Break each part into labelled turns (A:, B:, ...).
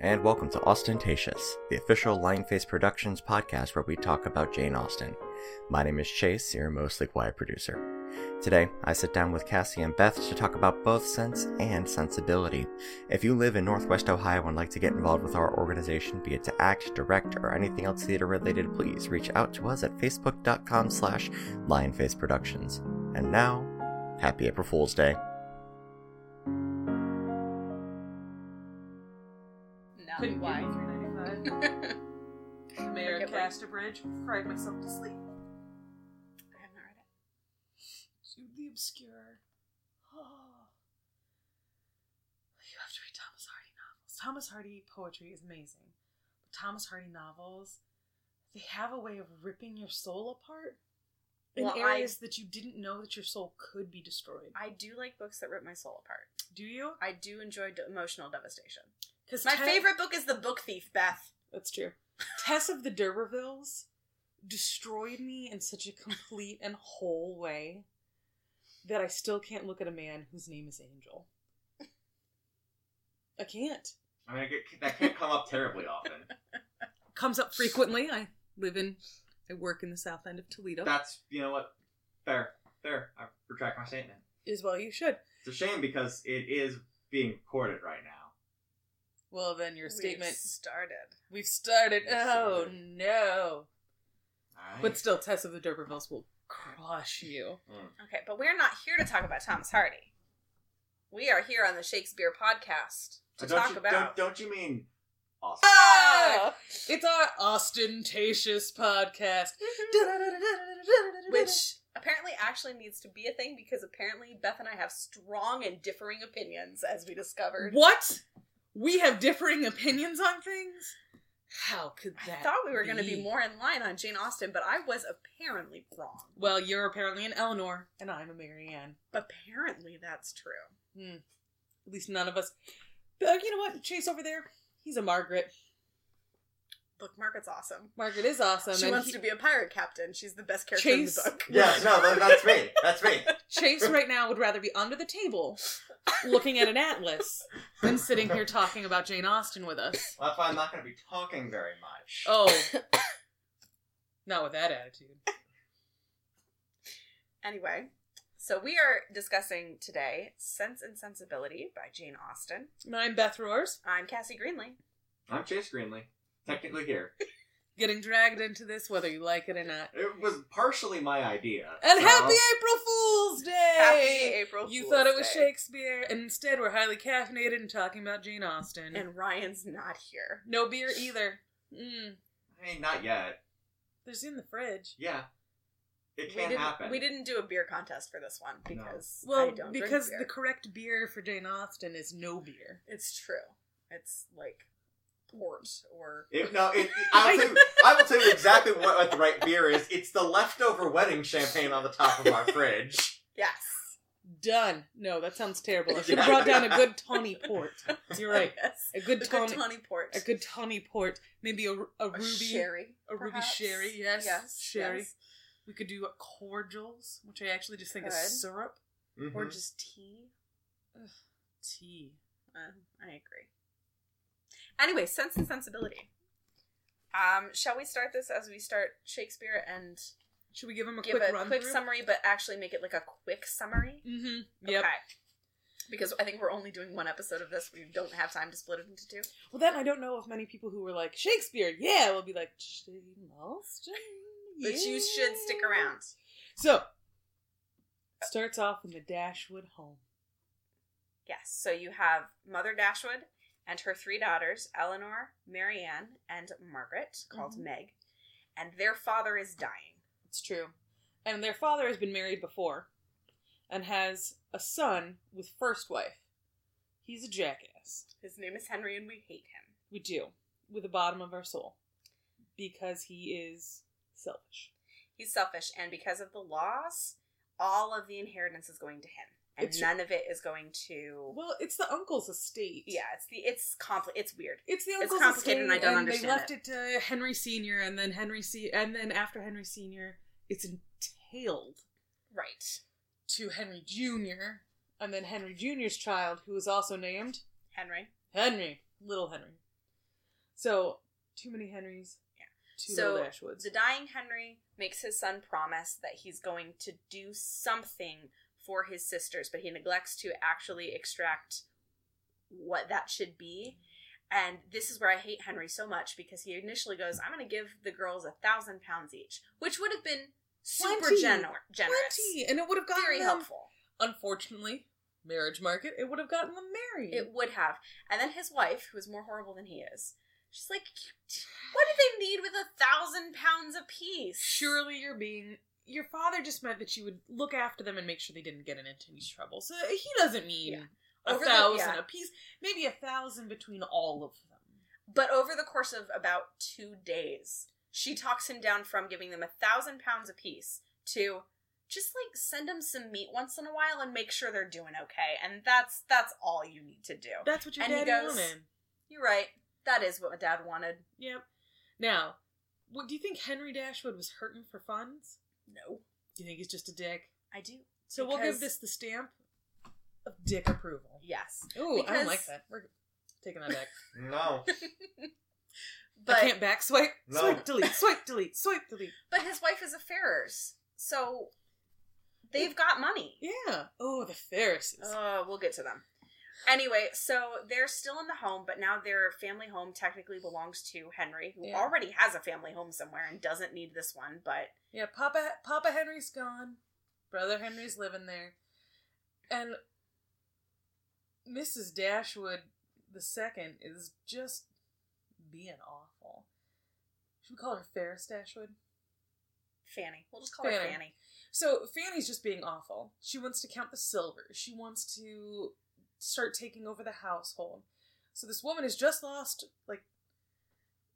A: and welcome to Ostentatious, the official Lionface Productions podcast where we talk about Jane Austen. My name is Chase, your mostly quiet producer. Today, I sit down with Cassie and Beth to talk about both sense and sensibility. If you live in Northwest Ohio and like to get involved with our organization, be it to act, direct, or anything else theater related, please reach out to us at facebook.com slash lionface productions. And now, happy April Fool's Day.
B: No.
C: Couldn't
B: why?
C: give me 395.
B: I
C: The mayor
B: Forget
C: of
B: what-
C: Casterbridge cried myself to sleep.
B: have not read it.
C: Jude the Obscure. Oh. You have to read Thomas Hardy novels. Thomas Hardy poetry is amazing. But Thomas Hardy novels, they have a way of ripping your soul apart in
B: Well, I-
C: areas that you didn't know that your soul could be destroyed.
B: I do like books that rip my soul apart.
C: Do you?
B: I do enjoy de- emotional devastation.
C: Because
B: My favorite book is The Book Thief, Beth.
C: That's true. Tess of the D'Urbervilles destroyed me in such a complete and whole way that I still can't look at a man whose name is Angel. I can't.
D: I mean, I get- that can't come up terribly often.
C: Comes up frequently. I live in, I work in the south end of Toledo.
D: That's you know what? Fair, fair. I retract my statement.
C: Is well, you should.
D: It's a shame because it is being recorded right now.
C: Well, then your
B: We've
C: statement.
B: started.
C: We've started.
D: We've
C: Oh
D: started.
C: no!
D: All right.
C: But still, Tess of the D'Urbervilles will crush you.
D: Mm.
B: Okay, but we're not here to talk about Thomas Hardy. We are here on the Shakespeare podcast to
D: don't
B: talk
D: you,
B: about.
D: Don't, don't you mean awesome?
B: Ah!
C: It's our ostentatious podcast.
B: Which apparently actually needs to be a thing because apparently Beth and I have strong and differing opinions, as we discovered.
C: what? We have differing opinions on things? How could
B: I
C: that?
B: thought we were going to be more in line on Jane Austen, but I was apparently wrong.
C: Well, you're apparently an Eleanor, and I'm a Marianne.
B: Apparently, that's true.
C: At least none of us. But you know what? Chase over there, he's a Margaret.
B: Book market's awesome.
C: Margaret is awesome.
B: she
C: and
B: wants
C: he-
B: to be a pirate captain. She's the best character
C: Chase-
B: in the book.
D: Yes, no, that, that's me. That's me.
C: Chase right now would rather be under the table looking at an atlas than sitting here talking about Jane Austen with us.
D: Well, that's why I'm not going to be talking very much.
C: Oh. Not with that attitude.
B: Anyway, so we are discussing today Sense and Sensibility by Jane Austen.
C: I'm Beth Roars,
B: I'm Cassie Greenley.
D: I'm Chase Greenley. Technically here.
C: getting dragged into this whether you like it or not.
D: It was partially my idea.
C: And
D: so-
C: happy April Fool's Day!
B: Happy April
C: you
B: Fool's
C: thought it was
B: Day.
C: Shakespeare, and instead we're highly caffeinated and talking about Jane Austen.
B: And Ryan's not here.
C: no beer either. Mm,
D: I mean, not yet.
C: there's in the fridge.
D: Yeah. It
B: we
D: can
B: didn't,
D: happen.
B: We didn't do a beer contest for this one because
C: Well,
B: I don't
C: because the
B: drink beer.
C: correct beer for Jane Austen is no beer.
B: it's true. It's like port or
D: It, no, it, I'll tell you, I will tell you exactly what, what the right beer is. It's the leftover wedding champagne on the top of our fridge.
B: yes.
C: Done. No, that sounds terrible. I
D: Yeah.
C: should have brought down a good Tawny Port. You're right.
B: Yes.
C: A good
B: The
C: Tawny,
B: good tawny port.
C: a good Tawny Port. Maybe a, a
B: A
C: ruby.
B: sherry.
C: a ruby
B: perhaps.
C: sherry, yes,
B: Yes.
C: sherry.
B: yes.
C: We could do cordials, which I actually just think
B: Good.
C: is syrup. Mm-hmm.
D: Mhm.
B: Or just tea.
C: Tea.
B: Uh, I agree. Anyway, Sense and Sensibility. Um, shall we start this as we start Shakespeare and
C: Should we give him a
B: give
C: quick
B: a
C: run
B: quick
C: through?
B: summary, but actually make it like a quick summary?
C: Mm-hmm. Yep.
B: Okay. Because I think we're only doing one episode of this. We don't have time to split it into two.
C: Well, then I don't know if many people who were like Shakespeare, yeah, will be like Jane Austen.
B: But you should
C: yeah."
B: stick around.
C: So starts off in the Dashwood home.
B: Yes. So you have Mother Dashwood and her three daughters, Eleanor, Marianne, and Margaret, called
C: Mhm.
B: Meg, and their father is dying.
C: It's true, and their father has been married before, and has a son with first wife. He's a jackass.
B: His name is Henry, and we hate him.
C: We do, with the bottom of our soul. Because he is selfish.
B: He's selfish, and because of the laws, all of the inheritance is going to him, and
C: It's-
B: none of it is going to.
C: Well, it's the uncle's estate.
B: yeah, it's the it's compli It's weird.
C: It's the uncle's
B: complicated
C: estate,
B: and I don't
C: They
B: understand
C: left it. to Henry Senior, and then Henry C, and then after Henry Senior, it's entailed
B: Right,
C: to Henry Junior, and then Henry Junior's child, who is also named
B: Henry.
C: Henry, little Henry. So too many Henrys.
B: Yeah.
C: Too
B: So,
C: little Ashwoods.
B: The dying Henry makes his son promise that he's going to do something for his sisters, but he neglects to actually extract what that should be. And this is where I hate Henry so much because he initially goes, I'm going to give the girls a thousand pounds each, which would have been super
C: Plenty.
B: gener- generous.
C: Plenty, and it would have gotten
B: Very
C: them,
B: helpful.
C: Unfortunately, marriage market. It would have gotten them married.
B: It would have. And then his wife, who is more horrible than he is, she's like, What do they need with a thousand pounds apiece?
C: Surely you're being. Your father just meant that you would look after them and make sure they didn't get into any trouble. So uh, he doesn't need
B: Yeah.
C: a
B: Over the-
C: thousand
B: yeah.
C: apiece. Maybe a thousand between all of them.
B: But over the course of about two days, she talks him down from giving them a thousand pounds apiece to just like send them some meat once in a while and make sure they're doing okay. And that's that's all you need to do.
C: That's what your
B: And he
C: dad
B: goes-
C: wanted.
B: You're right. That is what my dad wanted.
C: Yep. Now, what do you think Henry Dashwood was hurting for funds?
B: No,
C: Do you think he's just a dick?
B: I do.
C: So we'll
B: Because-
C: give this the stamp of dick approval.
B: Yes,
C: Ooh, I
B: Because-
C: don't like that. We're taking that back.
D: No.
C: I
B: but
C: can't back swipe.
D: No.
C: Swipe delete. Swipe delete. Swipe delete.
B: but his wife is a Ferrers, so they've got money.
C: Yeah. Oh, the Pharisees.
B: Uh, we'll get to them. Anyway, so they're still in the home, but now their family home technically belongs to Henry, who
C: Yeah.
B: already has a family home somewhere and doesn't need this one. But
C: Yeah, Papa Papa Henry's gone. Brother Henry's living there. And Mrs. Dashwood the second is just being awful. Should we call her Ferris Dashwood?
B: Fanny, we'll just call her
C: Fanny.
B: Fanny.
C: So Fanny's just being awful. She wants to count the silver. She wants to start taking over the household. So this woman has just lost like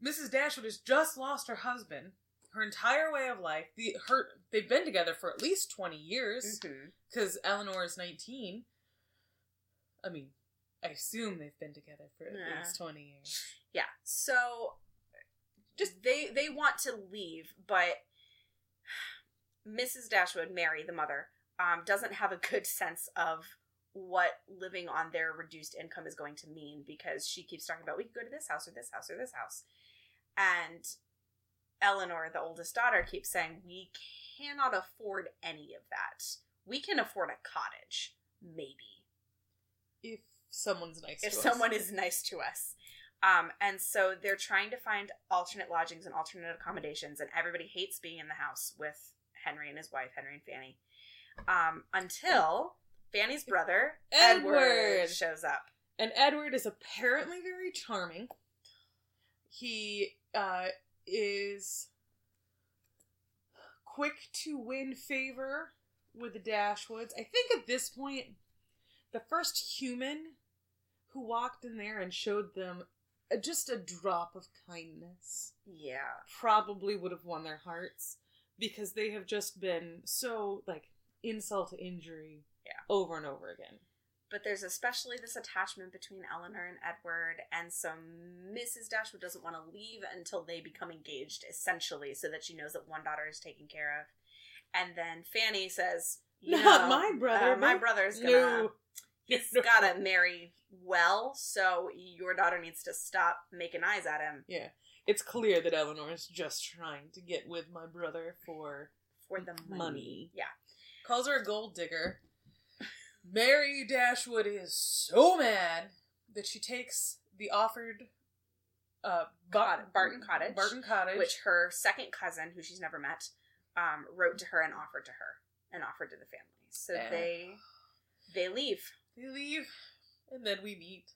C: Mrs. Dashwood has just lost her husband, her entire way of life. The her they've been together for at least twenty years
B: Mhm.
C: because Eleanor is 19. I mean, I assume they've been together for at
B: Yeah.
C: least 20 years.
B: Yeah. So just they they want to leave, but Mrs. Dashwood, Mary, the mother, um, doesn't have a good sense of what living on their reduced income is going to mean because she keeps talking about we could go to this house or this house or this house. And Eleanor, the oldest daughter, keeps saying, We cannot afford any of that. We can afford a cottage, maybe
C: If someone's nice
B: if
C: to us.
B: someone is nice to us. Um, and so they're trying to find alternate lodgings and alternate accommodations, and everybody hates being in the house with Henry and his wife, Henry and Fanny, um, until Fanny's brother Edward,
C: Edward.
B: shows up.
C: And Edward is apparently very charming. He uh, is quick to win favor with the Dashwoods. I think at this point, the first human who walked in there and showed them uh, just a drop of kindness
B: Yeah,
C: probably would have won their hearts because they have just been so like insult to injury
B: Yeah.
C: over and over again.
B: but there's especially this attachment between Eleanor and Edward, and so Mrs. Dashwood doesn't want to leave until they become engaged, essentially, so that she knows that one daughter is taken care of. And then Fanny says, you know,
C: Not my brother,
B: uh, my
C: but-
B: brother's gonna."
C: No.
B: he's gotta marry well, so your daughter needs to stop making eyes at him
C: Yeah. It's clear that Eleanor is just trying to get with my brother for
B: for the money.
C: Money.
B: Yeah.
C: calls her a gold digger. Mary Dashwood is so mad that she takes the offered uh Bar-
B: Cot- Barton Cottage,
C: Barton Cottage
B: Which her second cousin, who she's never met, um, wrote to her and offered to her and offered to the family. So
C: Yeah.
B: they they leave.
C: they leave and then we meet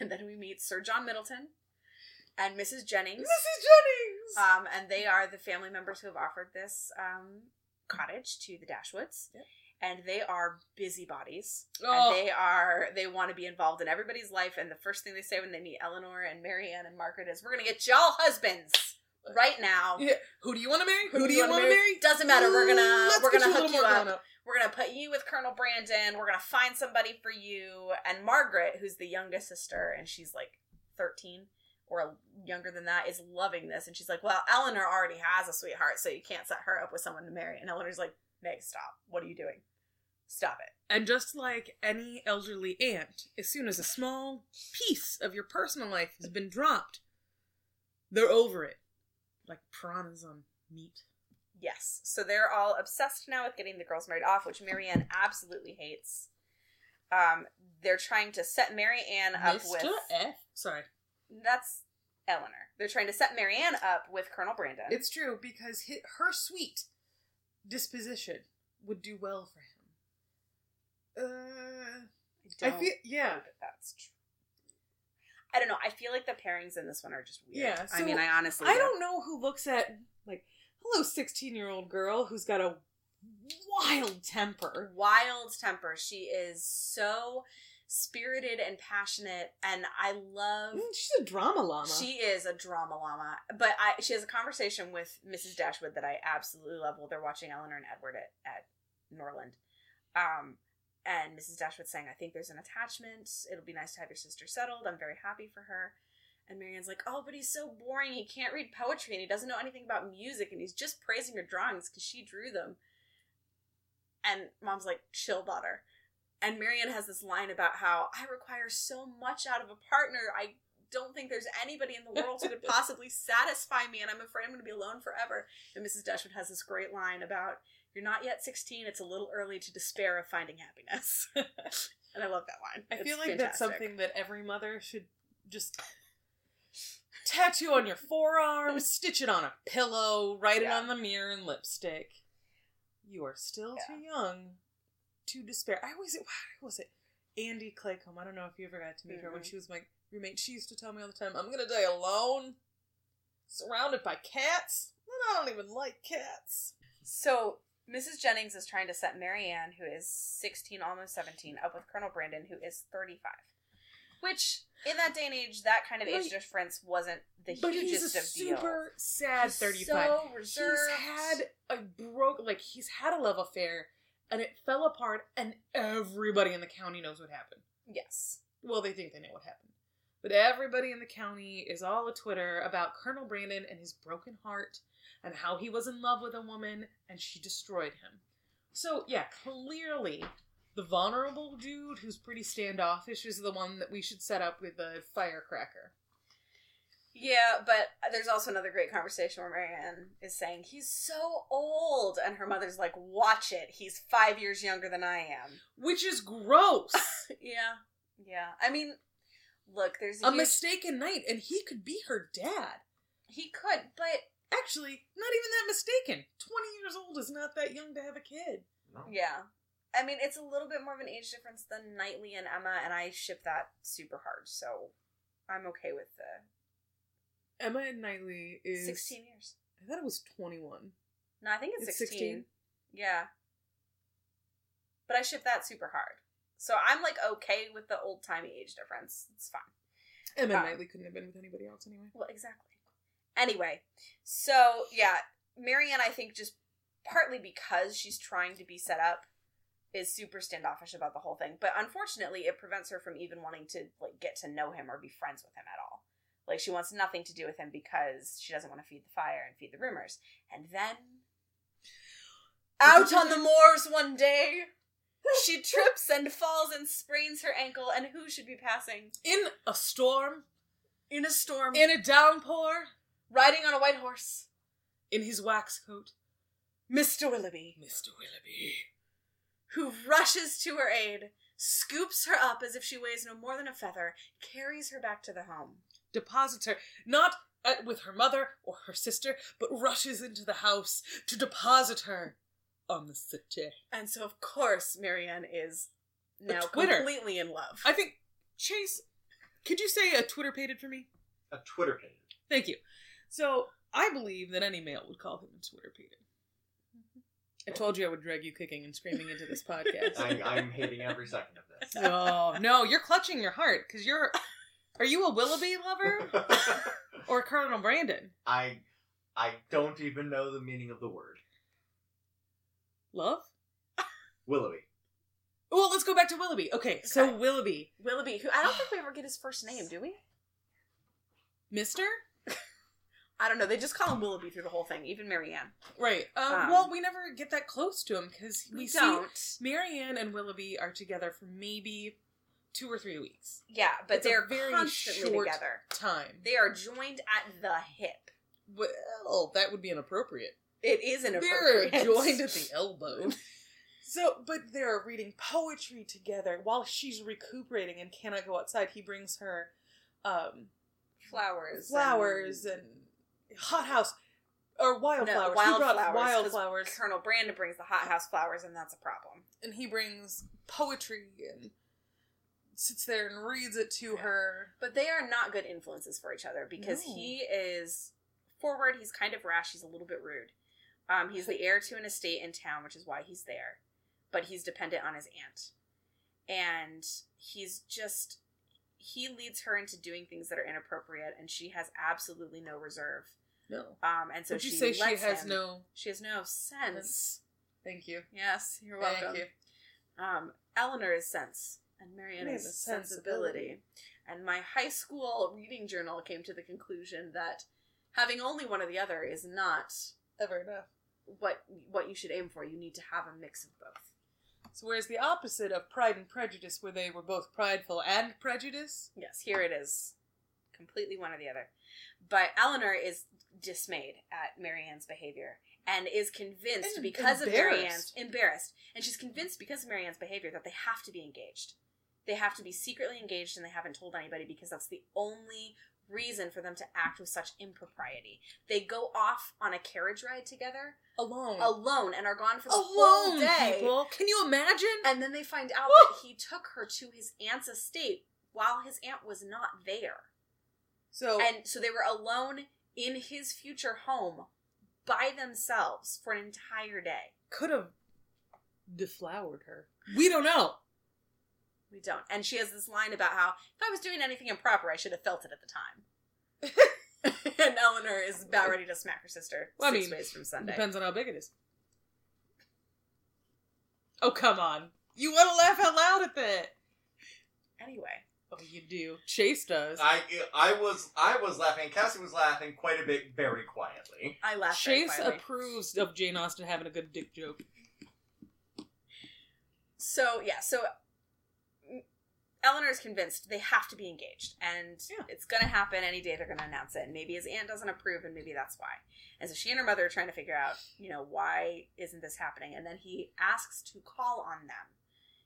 B: And then we meet Sir John Middleton and Mrs. Jennings.
C: Jennings.
B: Um, and they are the family members who have offered this um, cottage to the Dashwoods.
C: Yep.
B: And they are busybodies.
C: Oh.
B: And they are they want to be involved in everybody's life. And the first thing they say when they meet Eleanor and Marianne and Margaret is, "We're gonna get y'all husbands right now.
C: Yeah. Who do you want to marry? Who, do, you
B: wanna
C: want to marry? Mm,
B: Doesn't matter. We're gonna
C: Let's
B: we're
C: get
B: gonna
C: a
B: hook
C: little
B: you
C: more
B: up.
C: grown
B: We're gonna put you with Colonel Brandon. We're gonna find somebody for you." And Margaret, who's the youngest sister, and she's like thirteen or younger than that, is loving this. And she's like, "Well, Eleanor already has a sweetheart, so you can't set her up with someone to marry." And Eleanor's like, "Meg, stop. What are you doing? Stop it."
C: And just like any elderly aunt, as soon as a small piece of your personal life has been dropped, They're over it. Like piranhas on meat.
B: Yes. So they're all obsessed now with getting the girls married off, which Marianne absolutely hates. Um, they're trying to set Marianne up with.
C: Mr. F. Sorry.
B: That's Eleanor. They're trying to set Marianne up with Colonel Brandon.
C: It's true because hi her sweet disposition would do well for him. Uh, I
B: don't
C: feel yeah.
B: know that that's true. I don't know. I feel like the pairings in this one are just weird.
C: Yeah,
B: I
C: so
B: mean, I honestly.
C: I don't know who looks at like, hello, sixteen-year-old girl who's got a wild temper.
B: wild temper. She is so spirited and passionate, and I love.
C: Mm, She's a drama llama.
B: She is a drama llama, but I she has a conversation with Mrs. Dashwood that I absolutely love while they're watching Eleanor and Edward at, at Norland. Um, and Mrs. Dashwood saying, "I think there's an attachment. It'll be nice to have your sister settled. I'm very happy for her." And Marianne's like, "Oh, but he's so boring. He can't read poetry, and he doesn't know anything about music, and he's just praising her drawings because she drew them." And Mom's like, "Chill, daughter." And Marianne has this line about how I require so much out of a partner. I don't think there's anybody in the world who could possibly satisfy me, and I'm afraid I'm going to be alone forever. And Mrs. Dashwood has this great line about, You're not yet 16, it's a little early to despair of finding happiness. and I love that line.
C: I
B: It's
C: feel like that's
B: fantastic.
C: something that every mother should just tattoo on your forearm, stitch it on a pillow, write it
B: Yeah.
C: on the mirror in lipstick. You are still too young to despair. I always, who was it? Andy Claycomb. I don't know if you ever got to meet her when
B: Mhm.
C: she was my roommate. She used to tell me all the time, I'm going to die alone, surrounded by cats. And I don't even like cats.
B: So Mrs. Jennings is trying to set Marianne, who is 16, almost 17, up with Colonel Brandon, who is 35. Which, in that day and age, that kind of age
C: Right.
B: difference wasn't the
C: but he's
B: hugest
C: a
B: of deals.
C: super sad
B: He's
C: 35.
B: So reserved.
C: He's had a broke, like he's had a love affair, and it fell apart, and everybody in the county knows what happened.
B: yes.
C: Well, they think they know what happened, but everybody in the county is all a Twitter about Colonel Brandon and his broken heart, and how he was in love with a woman and she destroyed him. So yeah, clearly. The vulnerable dude who's pretty standoffish is the one that we should set up with a firecracker.
B: Yeah, but there's also another great conversation where Marianne is saying, He's so old. And her mother's like, Watch it. He's five years younger than I am.
C: Which is gross.
B: Yeah. Yeah. I mean, look, there's a,
C: a
B: huge-
C: mistaken knight, and he could be her dad.
B: He could, but
C: Actually, not even that mistaken. 20 years old is not that young to have a kid.
B: yeah. I mean, it's a little bit more of an age difference than Knightley and Emma, and I ship that super hard. So I'm okay with the
C: Emma Knightley is
B: 16 years.
C: I thought it was 21.
B: No, I think it's,
C: It's
B: 16.
C: 16?
B: Yeah. But I ship that super hard. So I'm like okay with the old timey age difference. It's fine.
C: Emma
B: Ah.
C: Knightley couldn't have been with anybody else anyway.
B: Well, exactly. Anyway, so yeah, Marianne, I think just partly because she's trying to be set up, is super standoffish about the whole thing. But unfortunately, it prevents her from even wanting to like get to know him or be friends with him at all. Like she wants nothing to do with him because she doesn't want to feed the fire and feed the rumors. And then out on the moors one day, she trips and falls and sprains her ankle. And who should be passing
C: In a storm,
B: in a storm,
C: in a downpour,
B: riding on a white horse?
C: in his wax coat,
B: Mr. Willoughby,
C: Mr. Willoughby.
B: who rushes to her aid, scoops her up as if she weighs no more than a feather, carries her back to the home.
C: Deposits her, not uh, with her mother or her sister, but rushes into the house to deposit her on the city.
B: And so, of course, Marianne is now
C: Twitter.
B: completely in love.
C: I think, Chase, could you say a Twitter pated for me?
D: A Twitter page.
C: Thank you. So I believe that any male would call him a Twitter Peter. I told you I would drag you kicking and screaming into this podcast.
D: I'm, I'm hating every second of this.
C: no, no, you're clutching your heart because you're. Are you a Willoughby lover or Colonel Brandon?
D: I I don't even know the meaning of the word.
C: Love.
D: Willoughby.
C: Well, let's go back to Willoughby. Okay, so
B: Okay.
C: Willoughby,
B: Willoughby, who I don't think we ever get his first name, do we?
C: Mister.
B: I don't know. They just call him Willoughby through the whole thing, even Marianne.
C: Right. Um,
B: Um,
C: well, we never get that close to him because we, see
B: don't.
C: Marianne and Willoughby are together for maybe two or three weeks
B: Yeah, but
C: It's a
B: they're
C: very
B: constantly
C: short-
B: together.
C: time.
B: They are joined at the hip.
C: Well, that would be inappropriate.
B: It is
C: They're
B: inappropriate.
C: joined at the elbow. So, but they're reading poetry together while she's recuperating and cannot go outside. He brings her um,
B: flowers.
C: flowers and hothouse or
B: No,
C: wildflowers. He brought
B: wildflowers.
C: wildflowers,
B: 'cause Colonel Brand brings the hothouse flowers, and that's a problem.
C: and he brings poetry and sits there and reads it to her.
B: But they are not good influences for each other because
C: No.
B: he is forward. He's kind of rash. He's a little bit rude. Um, he's the heir to an estate in town, which is why he's there. But he's dependent on his aunt, and he's just he leads her into doing things that are inappropriate, and she has absolutely no reserve.
C: No,
B: Um, and so
C: would you
B: she
C: say she
B: lets
C: has
B: him-
C: no?
B: she has no sense.
C: Thank you.
B: Yes, you're
C: Thank you.
B: um, Eleanor is sense, and Marianne
C: Marianne
B: is
C: is
B: sensibility. And my high school reading journal came to the conclusion that having only one or the other is not
C: Ever enough.
B: what what you should aim for. You need to have a mix of both.
C: So whereas the opposite of Pride and Prejudice, where they were both prideful and prejudice,
B: Yes, here it is, completely one or the other. But Eleanor is dismayed at Marianne's behavior and is convinced
C: And
B: because of Marianne's
C: embarrassed.
B: embarrassed, and she's convinced because of Marianne's behavior that they have to be engaged. They have to be secretly engaged, and they haven't told anybody because that's the only reason for them to act with such impropriety. They go off on a carriage ride together
C: alone,
B: alone and are gone for the whole
C: alone,
B: day.
C: people. Can you imagine?
B: And then they find out
C: Woo!
B: that he took her to his aunt's estate while his aunt was not there.
C: so
B: And so they were alone in his future home by themselves for an entire day.
C: could have deflowered her. We don't know.
B: We don't. And she has this line about how if I was doing anything improper, I should have felt it at the time. and Eleanor is about ready to smack her sister
C: Well, I
B: six
C: mean,
B: ways from Sunday.
C: Depends on how big it is. Oh come on! You want to laugh out loud at that?
B: Anyway,
C: Oh, you do. Chase does.
D: I I was I was laughing. Cassie was laughing quite a bit, very quietly.
B: I laughed. very
C: Chase
B: quietly.
C: approves of Jane Austen having a good dick joke.
B: So yeah, so mm, Eleanor is convinced they have to be engaged, and
C: Yeah.
B: it's going to happen any day. They're going to announce it, and maybe his aunt doesn't approve, and maybe that's why. And so she and her mother are trying to figure out, you know, why isn't this happening? And then he asks to call on them.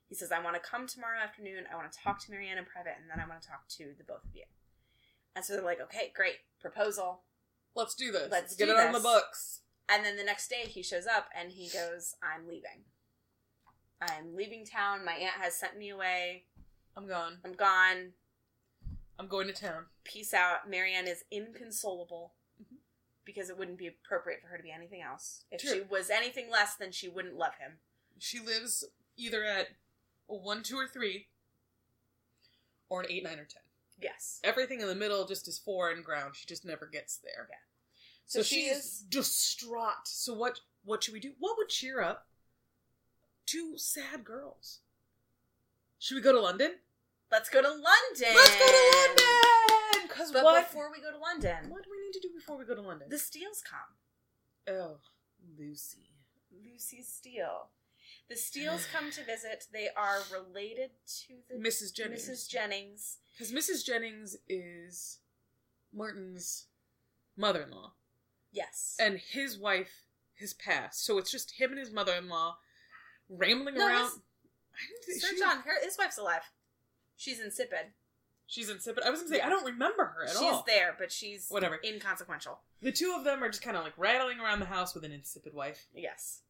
B: He says, "I want to come tomorrow afternoon. I want to talk to Marianne in private, and then I want to talk to the both of you." And so they're like, "Okay, great proposal."
C: Let's do this.
B: Let's
C: get
B: do
C: it on the
B: this.
C: books.
B: And then the next day he shows up and he goes, "I'm leaving. I'm leaving town. My aunt has sent me away."
C: I'm gone.
B: I'm gone.
C: I'm going to town.
B: Peace out. Marianne is inconsolable
C: Mhm.
B: because it wouldn't be appropriate for her to be anything else. If
C: True.
B: she was anything less, then she wouldn't love him.
C: She lives either at a one, two, or three, or an eight, nine, or ten.
B: Yes.
C: Everything in the middle just is foreign ground. She just never gets there.
B: Yeah.
C: So,
B: So she
C: she's
B: is-
C: distraught. So what? What should we do? What would cheer up two sad girls? Should we go to London?
B: Let's go to London.
C: Let's go to London. Because
B: But
C: what?
B: before we go to London,
C: what do we need to do before we go to London?
B: the Steels come.
C: oh, Lucy.
B: Lucy Steele. The Steels come to visit. They are related to the
C: Mrs. Jennings.
B: Mrs. Jennings.
C: Because Mrs. Jennings is Martin's mother in law
B: Yes.
C: and his wife his past. So it's just him and his mother in law rambling
B: No,
C: around.
B: his-
C: I didn't think
B: Sir
C: she-
B: John, her, his wife's alive. She's insipid.
C: She's insipid. I was going to say, I don't remember her at
B: She's
C: all.
B: there, but she's
C: Whatever.
B: inconsequential.
C: The two of them are just kind of like rattling around the house with an insipid wife.
B: Yes.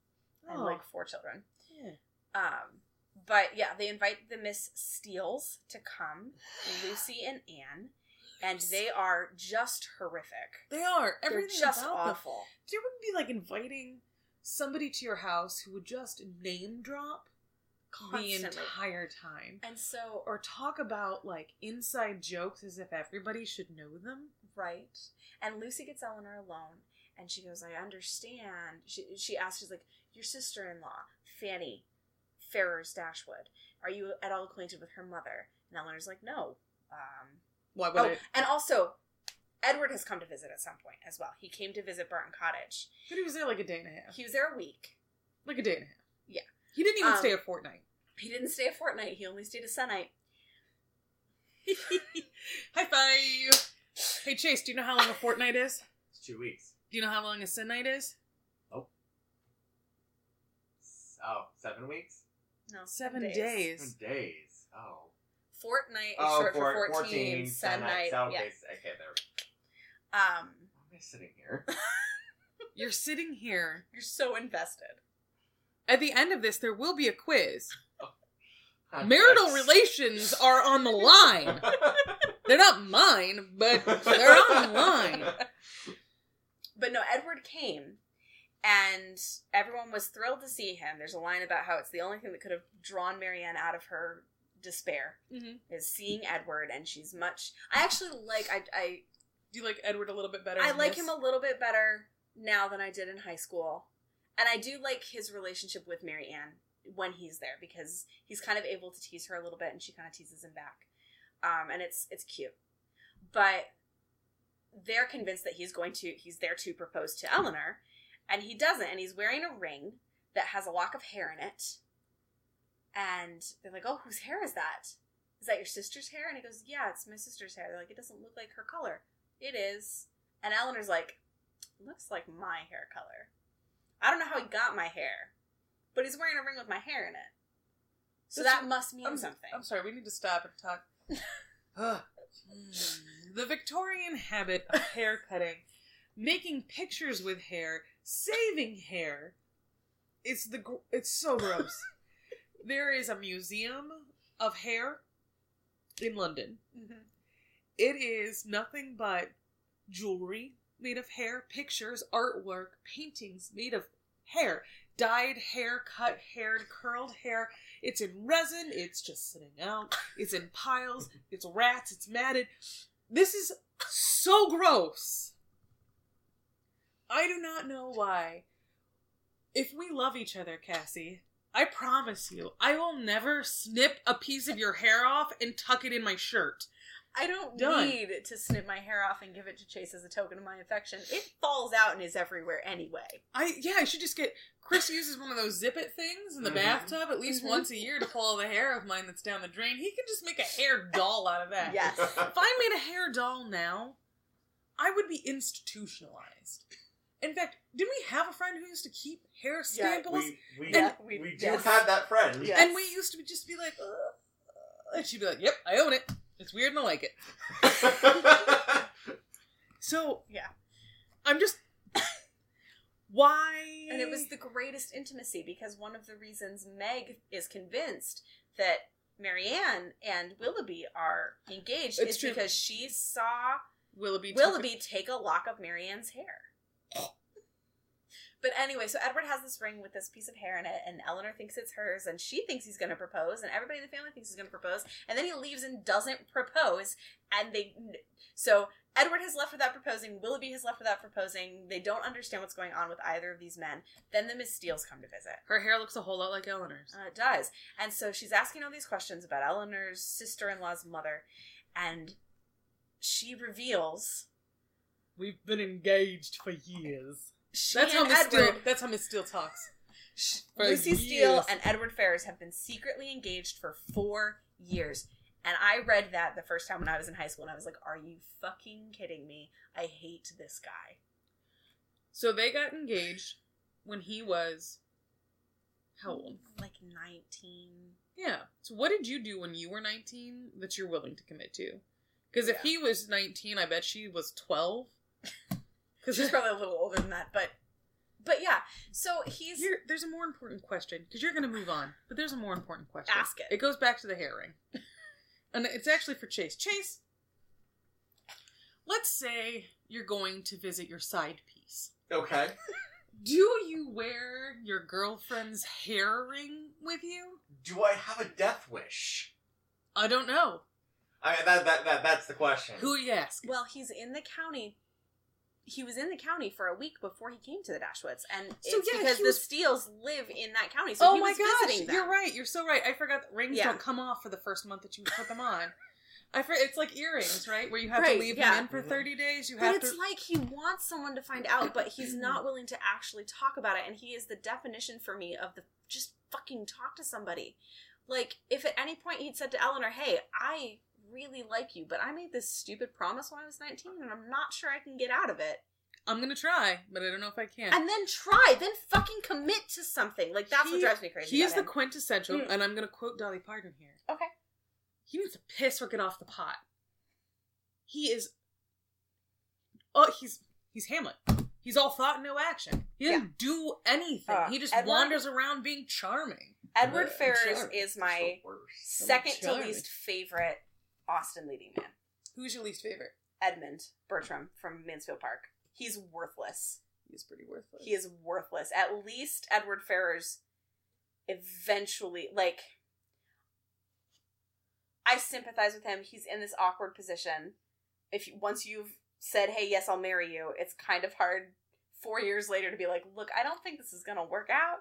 C: Oh.
B: And like four children.
C: Yeah.
B: Um, but yeah, they invite the Miss Steeles to come, Lucy and Anne, and they are just horrific.
C: They are.
B: They're
C: Everything
B: just
C: about them.
B: awful.
C: There wouldn't be like inviting somebody to your house who would just name drop the
B: Constantly.
C: entire time.
B: And so,
C: or talk about like inside jokes as if everybody should know them.
B: right. And Lucy gets Eleanor alone, and she goes, "I understand." She she asks, "She's like your sister-in-law, Fanny Ferrers Dashwood. Are you at all acquainted with her mother?" And Eleanor's like, "No." Um,
C: Why
B: Oh, and also, Edward has come to visit at some point as well. He came to visit Barton Cottage.
C: But he was there like a day and a half.
B: He was there a week.
C: Like a day and a half.
B: Yeah.
C: He didn't even
B: Um,
C: stay a fortnight.
B: He didn't stay a fortnight. He only stayed a Sunnight.
C: High five. Hey Chase, do you know how long a fortnight is?
D: It's two weeks.
C: Do you know how long a sin night is?
D: Oh, seven weeks?
B: No,
C: Seven days.
D: Seven days. Oh.
B: Fortnight is
D: oh,
B: short for, 14,
D: 14
B: Sun night.
D: Okay,
B: Yeah.
D: okay, there.
B: Um,
D: Why am I sitting here?
C: You're sitting here.
B: you're so invested.
C: At the end of this, there will be a quiz.
D: Hot
C: Marital
D: dogs.
C: relations are on the line. They're not mine, but they're on the line.
B: But no, Edward came, and everyone was thrilled to see him. There's a line about how it's the only thing that could have drawn Marianne out of her despair
C: Mhm.
B: is seeing Edward, and she's much. I actually like. I I
C: Do you like Edward a little bit better?
B: I
C: than
B: like
C: this?
B: him a little bit better now than I did in high school. And I do like his relationship with Mary Ann when he's there because he's kind of able to tease her a little bit and she kind of teases him back. Um, and it's it's cute. But they're convinced that he's going to he's there to propose to Eleanor and he doesn't and he's wearing a ring that has a lock of hair in it. And they're like, "Oh, whose hair is that? Is that your sister's hair?" And he goes, "Yeah, it's my sister's hair." They're like, "It doesn't look like her color." It is. And Eleanor's like, looks like my hair color. I don't know how he got my hair, but he's wearing a ring with my hair in it. So
C: That's-
B: that must mean
C: I'm,
B: something.
C: I'm sorry, we need to stop and talk. Ugh. Hmm. the Victorian habit of hair cutting, making pictures with hair, saving hair. It's the gr- it's so gross. there is a museum of hair in London. It is nothing but jewelry made of hair, pictures, artwork, paintings made of hair, dyed hair, cut hair, curled hair. It's in resin, it's just sitting out, it's in piles, it's rats, it's matted. This is so gross. I do not know why. If we love each other, Cassie, I promise you, I will never snip a piece of your hair off and tuck it in my shirt.
B: I don't
C: Done.
B: need to snip my hair off and give it to Chase as a token of my affection. It falls out and is everywhere anyway.
C: I yeah, I should just get Chris uses one of those zip it things in the
D: Mhm.
C: bathtub at least
B: Mhm.
C: once a year to pull all the hair of mine that's down the drain. He can just make a hair doll out of that.
B: Yes.
C: If I made a hair doll now, I would be institutionalized. In fact, didn't we have a friend who used to keep hair samples?
D: we, we,
B: Yeah,
D: we,
B: we-
D: do
B: yes.
D: have that friend.
B: Yeah.
C: And we used to just be like, "Ugh," and she'd be like, "Yep, I own it. It's weird and I like it." So
B: Yeah.
C: I'm just why?
B: And it was the greatest intimacy because one of the reasons Meg is convinced that Marianne and Willoughby are engaged
C: It's
B: is
C: true.
B: because she saw
C: Willoughby. took it-
B: Willoughby take a lock of Marianne's hair. But anyway, so Edward has this ring with this piece of hair in it, and Eleanor thinks it's hers, and she thinks he's going to propose, and everybody in the family thinks he's going to propose, and then he leaves and doesn't propose, and they. So Edward has left without proposing, Willoughby has left without proposing, they don't understand what's going on with either of these men. Then the Miss Steeles come to visit.
C: Her hair looks a whole lot like Eleanor's.
B: Uh, it does. And so she's asking all these questions about Eleanor's sister in law's mother, and she reveals.
C: We've been engaged for years.
B: She
C: That's how
B: and
C: Miss Steele.
B: Edward
C: That's how Miss Steele talks. For
B: Lucy
C: years.
B: Steele and Edward Ferrars have been secretly engaged for four years. And I read that the first time when I was in high school, and I was like, are you fucking kidding me? I hate this guy.
C: So they got engaged when he was how old?
B: Like 19.
C: Yeah. So what did you do when you were nineteen that you're willing to commit to? Because if
B: Yeah.
C: he was nineteen, I bet she was twelve.
B: She's
C: Because
B: probably a little older than that, but but yeah. So he's
C: Here, there's a more important question because you're going to move on, but there's a more important question.
B: Ask it.
C: It goes back to the hair ring, and it's actually for Chase. Chase, let's say you're going to visit your side piece.
D: Okay.
C: Do you wear your girlfriend's hair ring with you?
D: Do I have a death wish?
C: I don't know.
D: I mean, that, that, that, that's the question.
C: Who you ask?
B: well, he's in the county. He was in the county for a week before he came to the Dashwoods, and
C: So,
B: it's
C: yeah,
B: because
C: he
B: the
C: was-
B: Steeles live in that county. So he was visiting them.
C: Oh You're right. You're so right. I forgot that rings
B: Yeah.
C: don't come off for the first month that you put them on. I for, it's like earrings, right? Where you have
B: Right,
C: to leave
B: yeah.
C: them in for thirty days. You
B: But
C: have
B: it's
C: to.
B: like he wants someone to find out, but he's not willing to actually talk about it. And he is the definition for me of the just fucking talk to somebody. Like, if at any point he'd said to Eleanor, hey, I really like you, but I made this stupid promise when I was 19 and I'm not sure I can get out of it.
C: I'm gonna try, but I don't know if I can.
B: And then try, then fucking commit to something. Like that's what
C: He-
B: drives me crazy.
C: he
B: about
C: is the
B: him.
C: quintessential,
B: Mm.
C: and I'm gonna quote Dolly Parton here.
B: Okay.
C: He needs to piss or get off the pot. He is. Oh, he's he's Hamlet. He's all thought, no action. He doesn't do anything.
B: Uh,
C: he just
B: Edward-
C: wanders around being charming.
B: Edward
C: I'm
B: Ferrars
C: sorry.
B: is my
D: It's the worst.
B: second to
C: Charming.
B: least favorite Austin leading man.
C: Who's your least favorite?
B: Edmund Bertram from Mansfield Park. He's worthless.
C: He's pretty worthless.
B: He is worthless. At least Edward Ferrars eventually like I sympathize with him. He's in this awkward position. If you, once you've said, "Hey, yes, I'll marry you," it's kind of hard 4 years later to be like, "Look, I don't think this is going to work out."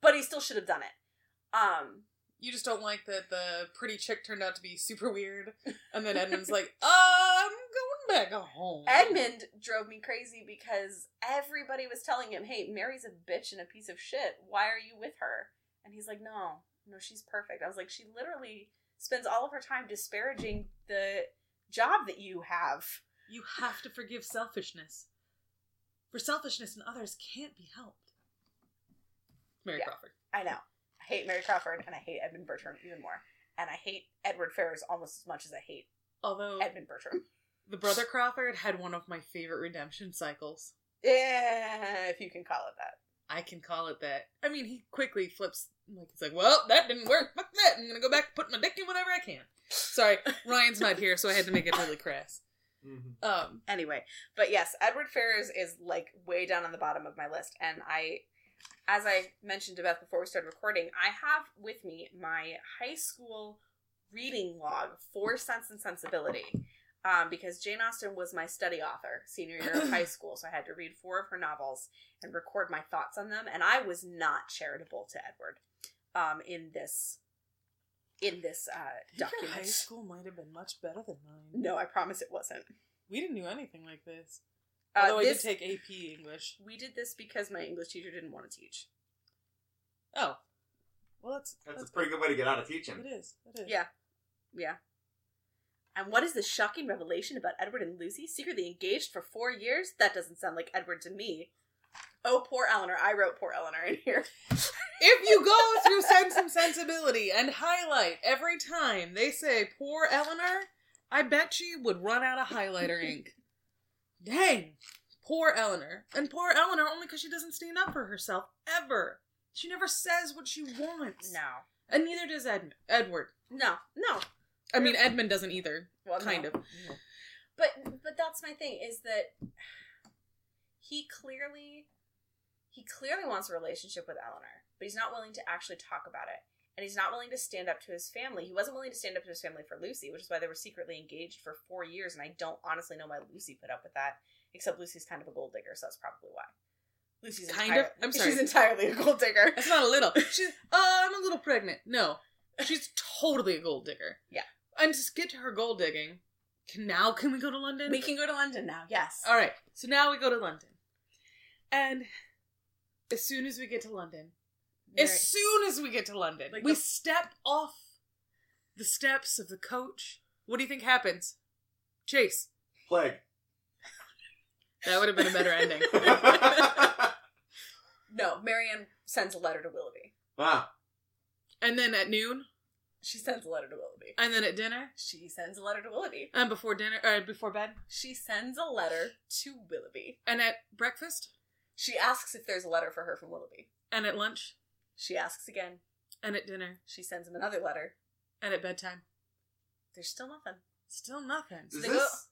B: But he still should have done it. Um
C: You just don't like that the pretty chick turned out to be super weird, and then Edmund's like, "I'm going back home."
B: Edmund drove me crazy because everybody was telling him, "Hey, Mary's a bitch and a piece of shit. Why are you with her?" And he's like, "No, no, she's perfect." I was like, "She literally spends all of her time disparaging the job that you have."
E: You have to forgive selfishness. For selfishness in others can't be helped.
C: Mary
B: Yeah.
C: Crawford.
B: I know. I hate Mary Crawford and I hate Edmund Bertram even more, and I hate Edward Ferrars almost as much as I hate
C: Although
B: Edmund Bertram.
C: the brother Crawford had one of my favorite redemption cycles.
B: Yeah, if you can call it that.
C: I can call it that. I mean, he quickly flips. Like he's like, "Well, that didn't work. Fuck that. I'm gonna go back, put my dick in whatever I can." Sorry, Ryan's not here, so I had to make it really crass.
D: Mhm.
C: Um,
B: Anyway, but yes, Edward Ferrars is like way down on the bottom of my list, and I as I mentioned to Beth before we started recording, I have with me my high school reading log for Sense and Sensibility. Um, because Jane Austen was my study author senior year of high school, so I had to read four of her novels and record my thoughts on them, and I was not charitable to Edward um, in this in this uh,
E: Your high
B: document.
E: school might have been much better than mine.
B: No, I promise it wasn't.
C: we didn't do anything like this.
B: Uh,
C: Although
B: this-
C: I did take AP English.
B: We did this because my English teacher didn't want to teach.
C: Oh,
E: Well, that's
D: That's a pretty good way to get out of teaching.
E: It is. It is.
B: Yeah. Yeah. And what is this shocking revelation about Edward and Lucy secretly engaged for four years? That doesn't sound like Edward to me. Oh, poor Eleanor. I wrote poor Eleanor in here.
C: if you go through Sense and Sensibility and highlight every time they say "poor Eleanor," I bet she would run out of highlighter ink. Dang, poor Eleanor, and poor Eleanor only because she doesn't stand up for herself ever. She never says what she wants.
B: No.
C: and neither does Edmund. Edward.
B: No. No.
C: I mean, Edmund doesn't either.
B: Well,
C: Kind
B: Oh, no.
C: of.
B: But but that's my thing is that he clearly he clearly wants a relationship with Eleanor, but he's not willing to actually talk about it. And he's not willing to stand up to his family. He wasn't willing to stand up to his family for Lucy, which is why they were secretly engaged for four years. And I don't honestly know why Lucy put up with that, except Lucy's kind of a gold digger, so that's probably why. Lucy's
C: Kind
B: entire-
C: of? I'm sorry.
B: She's entirely a gold digger.
C: That's not a little. She's. Uh, I'm a little pregnant. No, she's totally a gold digger.
B: Yeah.
C: And just get to her gold digging. Can, now can we go to London?
B: We can go to London now. Yes.
C: All right. So now we go to London, and as soon as we get to London,
B: Mary-
C: as soon as we get to London,
B: Like
C: we
B: the-
C: step off the steps of the coach. What do you think happens? Chase.
D: Plague.
C: That would have been a better ending.
B: No, Marianne sends a letter to Willoughby.
D: ah,
C: and then at noon,
B: She sends a letter to Willoughby.
C: and then at dinner,
B: She sends a letter to Willoughby.
C: and before dinner, or before bed,
B: She sends a letter to Willoughby.
C: and at breakfast,
B: She asks if there's a letter for her from Willoughby.
C: and at lunch,
B: She asks again.
C: and at dinner,
B: She sends him another letter.
C: and at bedtime.
B: There's still nothing.
C: Still nothing.
D: does
B: They
D: this?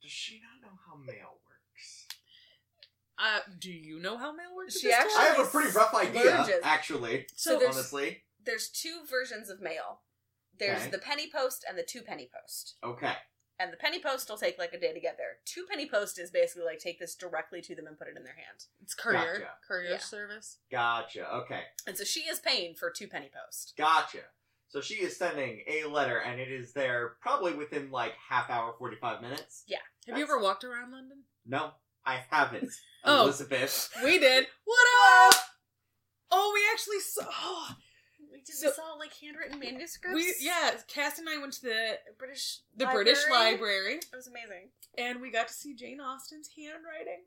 D: Does she not know how mail works?
C: Uh, do you know how mail works? at
B: She
C: this
B: actually-
C: time?
D: I have a pretty rough idea,
B: Splurges.
D: actually.
B: So
C: So
B: there's
D: honestly,
B: there's two versions of mail. There's
D: Okay.
B: the penny post and the two penny post.
D: okay.
B: And the penny post will take like a day to get there. Two penny post is basically like take this directly to them and put it in their hand.
C: it's courier,
D: Gotcha.
C: courier
B: Yeah.
C: service.
D: Gotcha. Okay.
B: And so she is paying for two penny post.
D: Gotcha. So she is sending a letter, and it is there probably within like half hour, forty five minutes.
C: Have you
D: That's-
C: ever walked around London?
D: No, I haven't,
C: Oh.
D: Elizabeth.
C: We did. What up? Oh, we actually saw. Oh,
B: We did
C: So-
B: this all like handwritten manuscripts?
C: We yeah, Cass and I went to the
B: British
C: the British Library
B: It was amazing.
C: and we got to see Jane Austen's handwriting.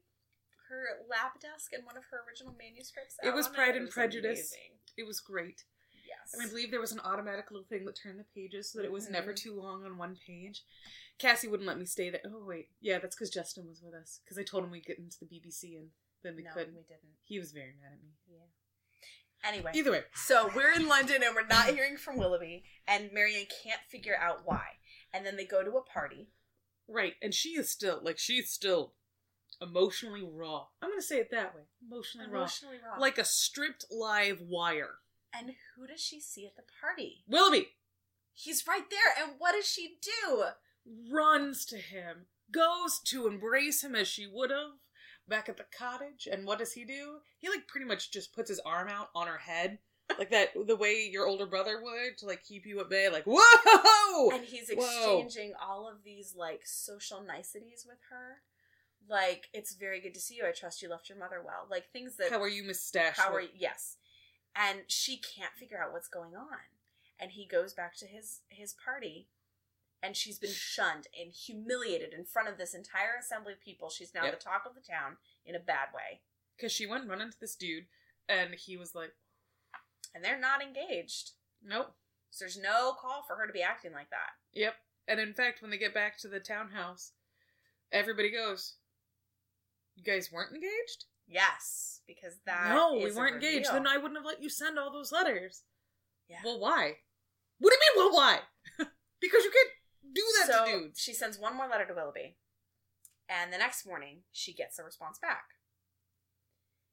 B: Her lap desk and one of her original manuscripts.
C: It
B: out
C: was
B: on
C: Pride
B: It
C: and
B: was
C: Prejudice.
B: amazing.
C: It was great.
B: Yes.
C: And I believe there was an automatic little thing that turned the pages so that it was never
B: Mhm.
C: too long on one page. Cassie wouldn't let me stay there. Oh wait, yeah, that's because Justin was with us. Because I told him we'd get into the BBC and then we
B: no,
C: couldn't.
B: we didn't.
C: He was very mad at me.
B: Yeah. Anyway.
C: Either way,
B: So we're in London and we're not hearing from Willoughby, and Marianne can't figure out why. And then they go to a party.
C: right? And she is still like she's still emotionally raw. I'm gonna say it that way. Emotionally, raw,
B: wrong.
C: like a stripped live wire.
B: and who does she see at the party?
C: Willoughby
B: He's right there, and what does she do?
C: runs to him, goes to embrace him as she would have back at the cottage, and what does he do? He like pretty much just puts his arm out on her head, like that the way your older brother would to like keep you at bay, like whoa.
B: And he's
C: Whoa.
B: exchanging all of these like social niceties with her. Like, it's very good to see you. I trust you left your mother well. Like things that
C: How are you, Miss Stash?
B: How are you? Yes. And she can't figure out what's going on. And he goes back to his his party and she's been shunned and humiliated in front of this entire assembly of people. She's now
C: Yep.
B: the talk of the town in a bad way.
C: Because she went running to this dude, and he was like,
B: And they're not engaged.
C: nope,
B: So there's no call for her to be acting like that.
C: yep. And in fact, when they get back to the townhouse, everybody goes, "You guys weren't engaged?
B: Yes, because that
C: no, we
B: is a
C: weren't engaged.
B: reveal.
C: Then I wouldn't have let you send all those letters."
B: Yeah.
C: Well, why? What do you mean? Well, why? because you can't do that
B: so
C: to dudes.
B: She sends one more letter to Willoughby, and the next morning she gets a response back.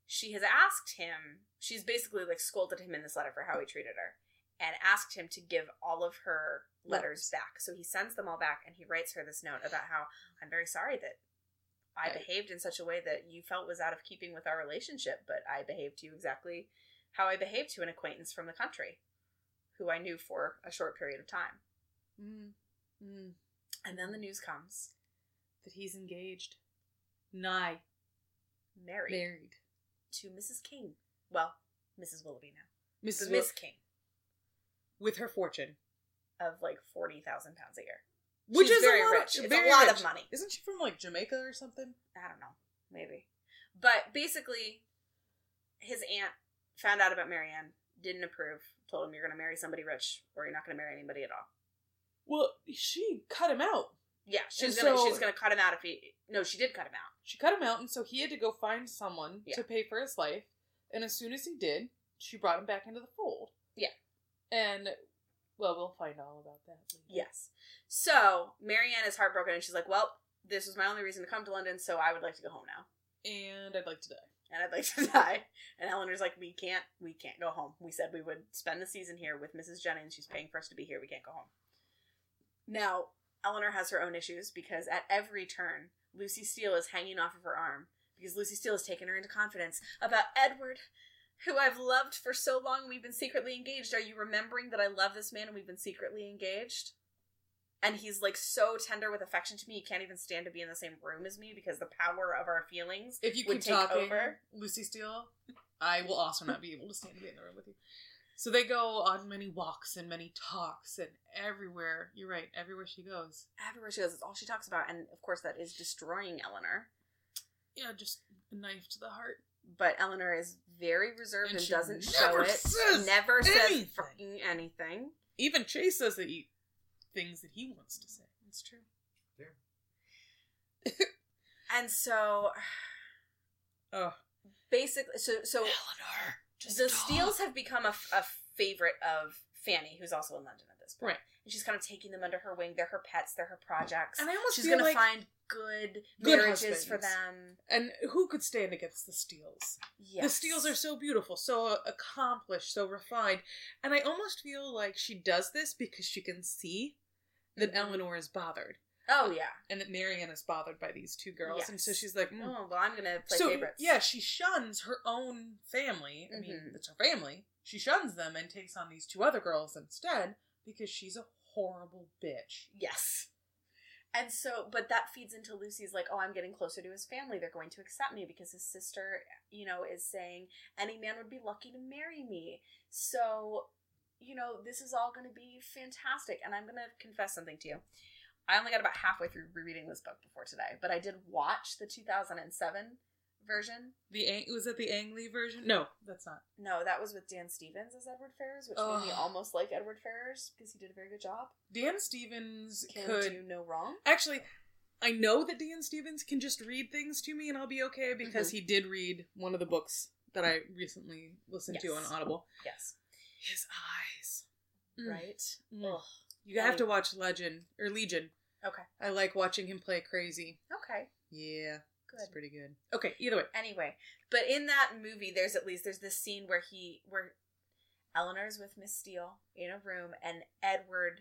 B: She has asked him, she's basically like scolded him in this letter for how he treated her, and asked him to give all of her letters back. So he sends them all back and he writes her this note about how I'm very sorry that I
C: Right.
B: behaved in such a way that you felt was out of keeping with our relationship, but I behaved to you exactly how I behaved to an acquaintance from the country who I knew for a short period of time.
C: Mm, mm,
B: And then the news comes
C: that he's engaged, nigh
B: married
C: married.
B: to Mrs. King. Well, Mrs. Willoughby now.
C: Mrs.
B: But
C: Wil-
B: Miss King
C: with her fortune,
B: of like forty thousand pounds a year.
C: which
B: She's
C: is
B: very
C: a lot
B: rich.
C: Of,
B: It's
C: very
B: a lot
C: rich.
B: of money.
C: Isn't she from like Jamaica or something?
B: I don't know, maybe. But basically, his aunt found out about Marianne, didn't approve, told him you're going to marry somebody rich, or you're not going to marry anybody at all.
C: Well, she cut him out.
B: Yeah, she's
C: And
B: gonna
C: so-
B: she's gonna cut him out if he. No, she did cut him out.
C: She cut him out, and so he had to go find someone
B: Yeah.
C: to pay for his life. And as soon as he did, she brought him back into the fold.
B: Yeah.
C: And, well, we'll find all about that later.
B: Yes. So Marianne is heartbroken, and she's like, "Well, this was my only reason to come to London, so I would like to go home now."
C: And I'd like to die.
B: and I'd like to die. And Eleanor's like, we can't, we can't go home. We said we would spend the season here with Mrs. Jennings. She's paying for us to be here. We can't go home. Now, Eleanor has her own issues because at every turn, Lucy Steele is hanging off of her arm because Lucy Steele has taken her into confidence about Edward, who I've loved for so long. and We've been secretly engaged. Are you remembering that I love this man and we've been secretly engaged? And he's like so tender with affection to me. He can't even stand to be in the same room as me because the power of our feelings
C: If you
B: would
C: keep
B: take
C: talking,
B: over.
C: Lucy Steele, I will also not be able to stand to be in the room with you. So they go on many walks and many talks and everywhere. You're right, everywhere she goes.
B: everywhere she goes, it's all she talks about, and of course that is destroying Eleanor.
C: Yeah, just a knife to the heart.
B: But Eleanor is very reserved
C: And
B: and,
C: she
B: doesn't show
C: never
B: it.
C: says
B: never
C: anything.
B: says fucking anything.
C: Even Chase says that he things that he wants to say.
B: It's true.
D: Yeah.
B: and so
C: Oh,
B: basically, so so
C: Eleanor.
B: the Steels have become a, f- a favorite of Fanny, who's also in London at this point.
C: Right.
B: And she's kind of taking them under her wing. They're her pets. They're her projects.
C: And I almost
B: she's
C: feel
B: gonna
C: like-
B: find good,
C: Good
B: marriages for
C: husbands.
B: them.
C: And who could stand against the Steels?
B: Yes.
C: The Steels are so beautiful, so accomplished, so refined. And I almost feel like she does this because she can see that
B: Mhm.
C: Eleanor is bothered
B: Oh yeah.
C: and that Marianne is bothered by these two girls. And so
B: Yes.
C: she's like, mm.
B: Oh well, I'm gonna play
C: so
B: favorites.
C: yeah, she shuns her own family. I mean,
B: Mhm.
C: it's her family. She shuns them and takes on these two other girls instead because she's a horrible bitch.
B: Yes. And so, but that feeds into Lucy's like, oh, I'm getting closer to his family. They're going to accept me because his sister, you know, is saying any man would be lucky to marry me. So, you you know, this is all going to be fantastic. And I'm going to confess something to you. I only got about halfway through rereading this book before today, but I did watch the 2007 version.
C: The Ang- was it the Ang Lee version? No,
E: That's not.
B: No, that was with Dan Stevens as Edward Ferrars, which made me
C: Ugh.
B: almost like Edward Ferrars because he did a very good job.
C: Dan Stevens
B: Can
C: could
B: do no wrong.
C: actually. I know that Dan Stevens can just read things to me and I'll be okay because
B: Mm-hmm.
C: he did read one of the books that I recently listened to on
B: Yes.
C: Audible.
B: Yes.
C: His eyes. Mm.
B: Right?
C: Mm.
B: Ugh.
C: You have to watch Legend or Legion.
B: Okay.
C: I like watching him play crazy.
B: Okay.
C: Yeah, it's
B: Good.
C: pretty good. Okay, either way,
B: anyway but in that movie there's at least there's this scene where he where eleanor's with miss steele in a room and edward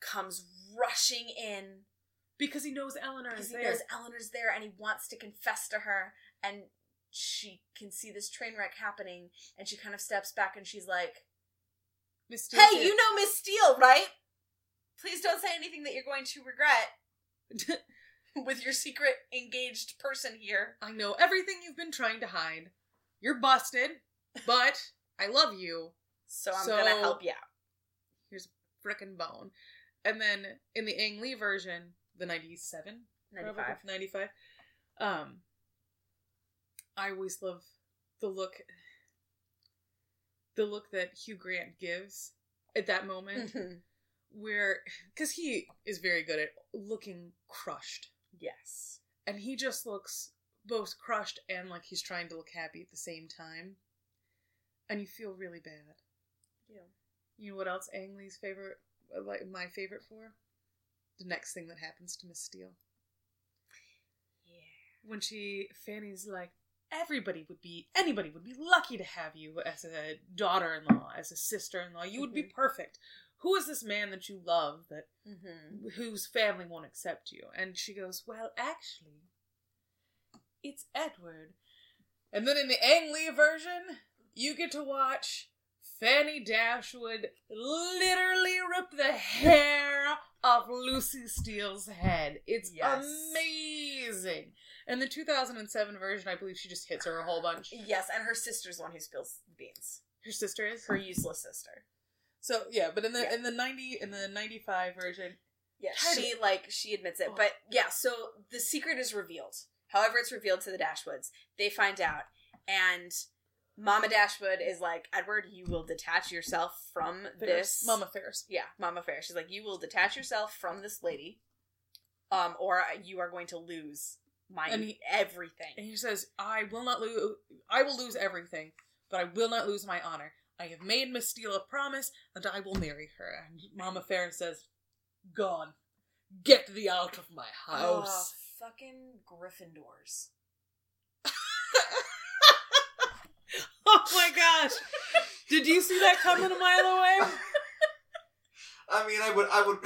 B: comes rushing in
C: because he knows Eleanor
B: because
C: is
B: he
C: there.
B: knows eleanor's there and he wants to confess to her and she can see this train wreck happening and she kind of steps back and she's like
C: Miss Steele
B: hey
C: said-
B: you know miss steele right please don't say anything that you're going to regret with your secret engaged person here
C: I know everything you've been trying to hide. You're busted, but I love you.
B: so i'm
C: So-
B: gonna help you out
C: Here's a frickin' bone. And then in the Ang Lee version, the 97,
B: 95
C: probably, 95, um, I always love the look, the look that Hugh Grant gives at that moment
B: Mhm.
C: where, because he is very good at looking crushed.
B: yes
C: and he just looks both crushed and like he's trying to look happy at the same time. And you feel really bad.
B: yeah
C: You know what else Ang Lee's favorite, uh, like my favorite for? The next thing that happens to Miss Steele.
B: Yeah.
C: When she, Fanny's like, everybody would be, anybody would be lucky to have you as a daughter in law, as a sister in law. You would be perfect. Who is this man that you love that
B: Mm-hmm.
C: whose family won't accept you. And she goes, Well, actually, it's Edward. And then in the Ang Lee version, you get to watch Fanny Dashwood literally rip the hair off Lucy Steele's head. It's
B: Yes.
C: amazing. And the 2007 version, I believe she just hits her a whole bunch.
B: Yes, and her sister's the one who spills the beans.
C: Her sister is.
B: Her useless sister.
C: So yeah, but in the
B: Yeah.
C: in the 90 in the 95 version,
B: Yeah,
C: How Oh.
B: she like she admits it, but yeah. So the secret is revealed. However, it's revealed to the Dashwoods. They find out, and Mama Dashwood is like, Edward, you will detach yourself from
C: Ferris,
B: this.
C: Mama Ferris.
B: yeah, Mama Fair. She's like, you will detach yourself from this lady, um, or you are going to lose my
C: And he- And
B: everything.
C: he says, "I will not lose. I will lose everything, but I will not lose my honor. I have made Miss Steele a promise, and I will marry her." And Mama Ferris says, "Gone. Get thee out of my house."
B: Oh, fucking Gryffindors.
C: Oh, my gosh! Did you see that coming a mile away?
D: I mean, I would, I would,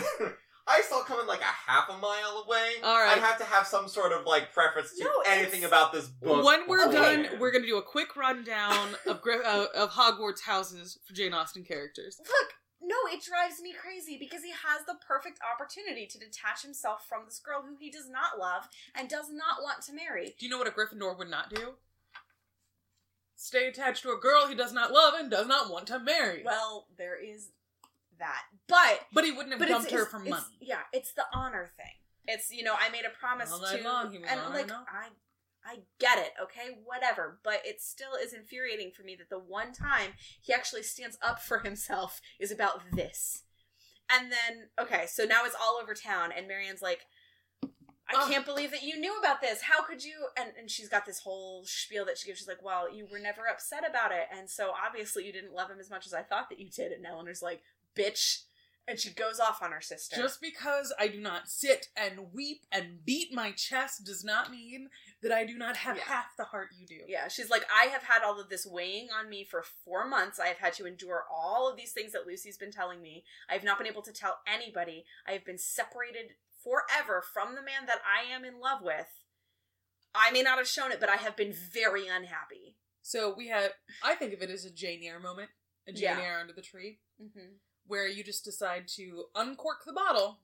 D: I saw it coming like a half a mile away.
C: All right.
D: I'd have to have some sort of like preference to
B: No,
D: anything
B: it's-
D: about this book.
C: when we're
B: Okay.
C: done, we're gonna do a quick rundown of Gri- uh, of Hogwarts houses for Jane Austen characters.
B: Look, no, it drives me crazy because he has the perfect opportunity to detach himself from this girl who he does not love and does not want to marry.
C: Do you know what a Gryffindor would not do? Stay attached to a girl he does not love and does not want to marry.
B: Well, there is that. But
C: But he wouldn't have
B: but
C: dumped
B: it's,
C: her
B: it's-
C: for
B: it's-
C: money.
B: Yeah, it's the honor thing. It's you know, I made a promise
C: All
B: to
C: night long he was
B: and
C: on
B: like
C: and off.
B: I I get it, okay? Whatever. But it still is infuriating for me that the one time he actually stands up for himself is about this. And then okay, so now it's all over town and Marianne's like I
C: Ugh.
B: can't believe that you knew about this. How could you? And and she's got this whole spiel that she gives. She's like, "Well, you were never upset about it, and so obviously you didn't love him as much as I thought that you did." And Eleanor's like, "Bitch," and she goes off on her sister.
C: Just because I do not sit and weep and beat my chest does not mean that I do not have
B: Yeah.
C: half the heart you do.
B: Yeah, she's like, I have had all of this weighing on me for four months. I have had to endure all of these things that Lucy's been telling me. I have not been able to tell anybody. I have been separated forever from the man that I am in love with. I may not have shown it, but I have been very unhappy.
C: So we have, I think of it as a Jane Eyre moment, a Jane
B: Yeah.
C: Eyre under the tree,
B: Mm-hmm.
C: where you just decide to uncork the bottle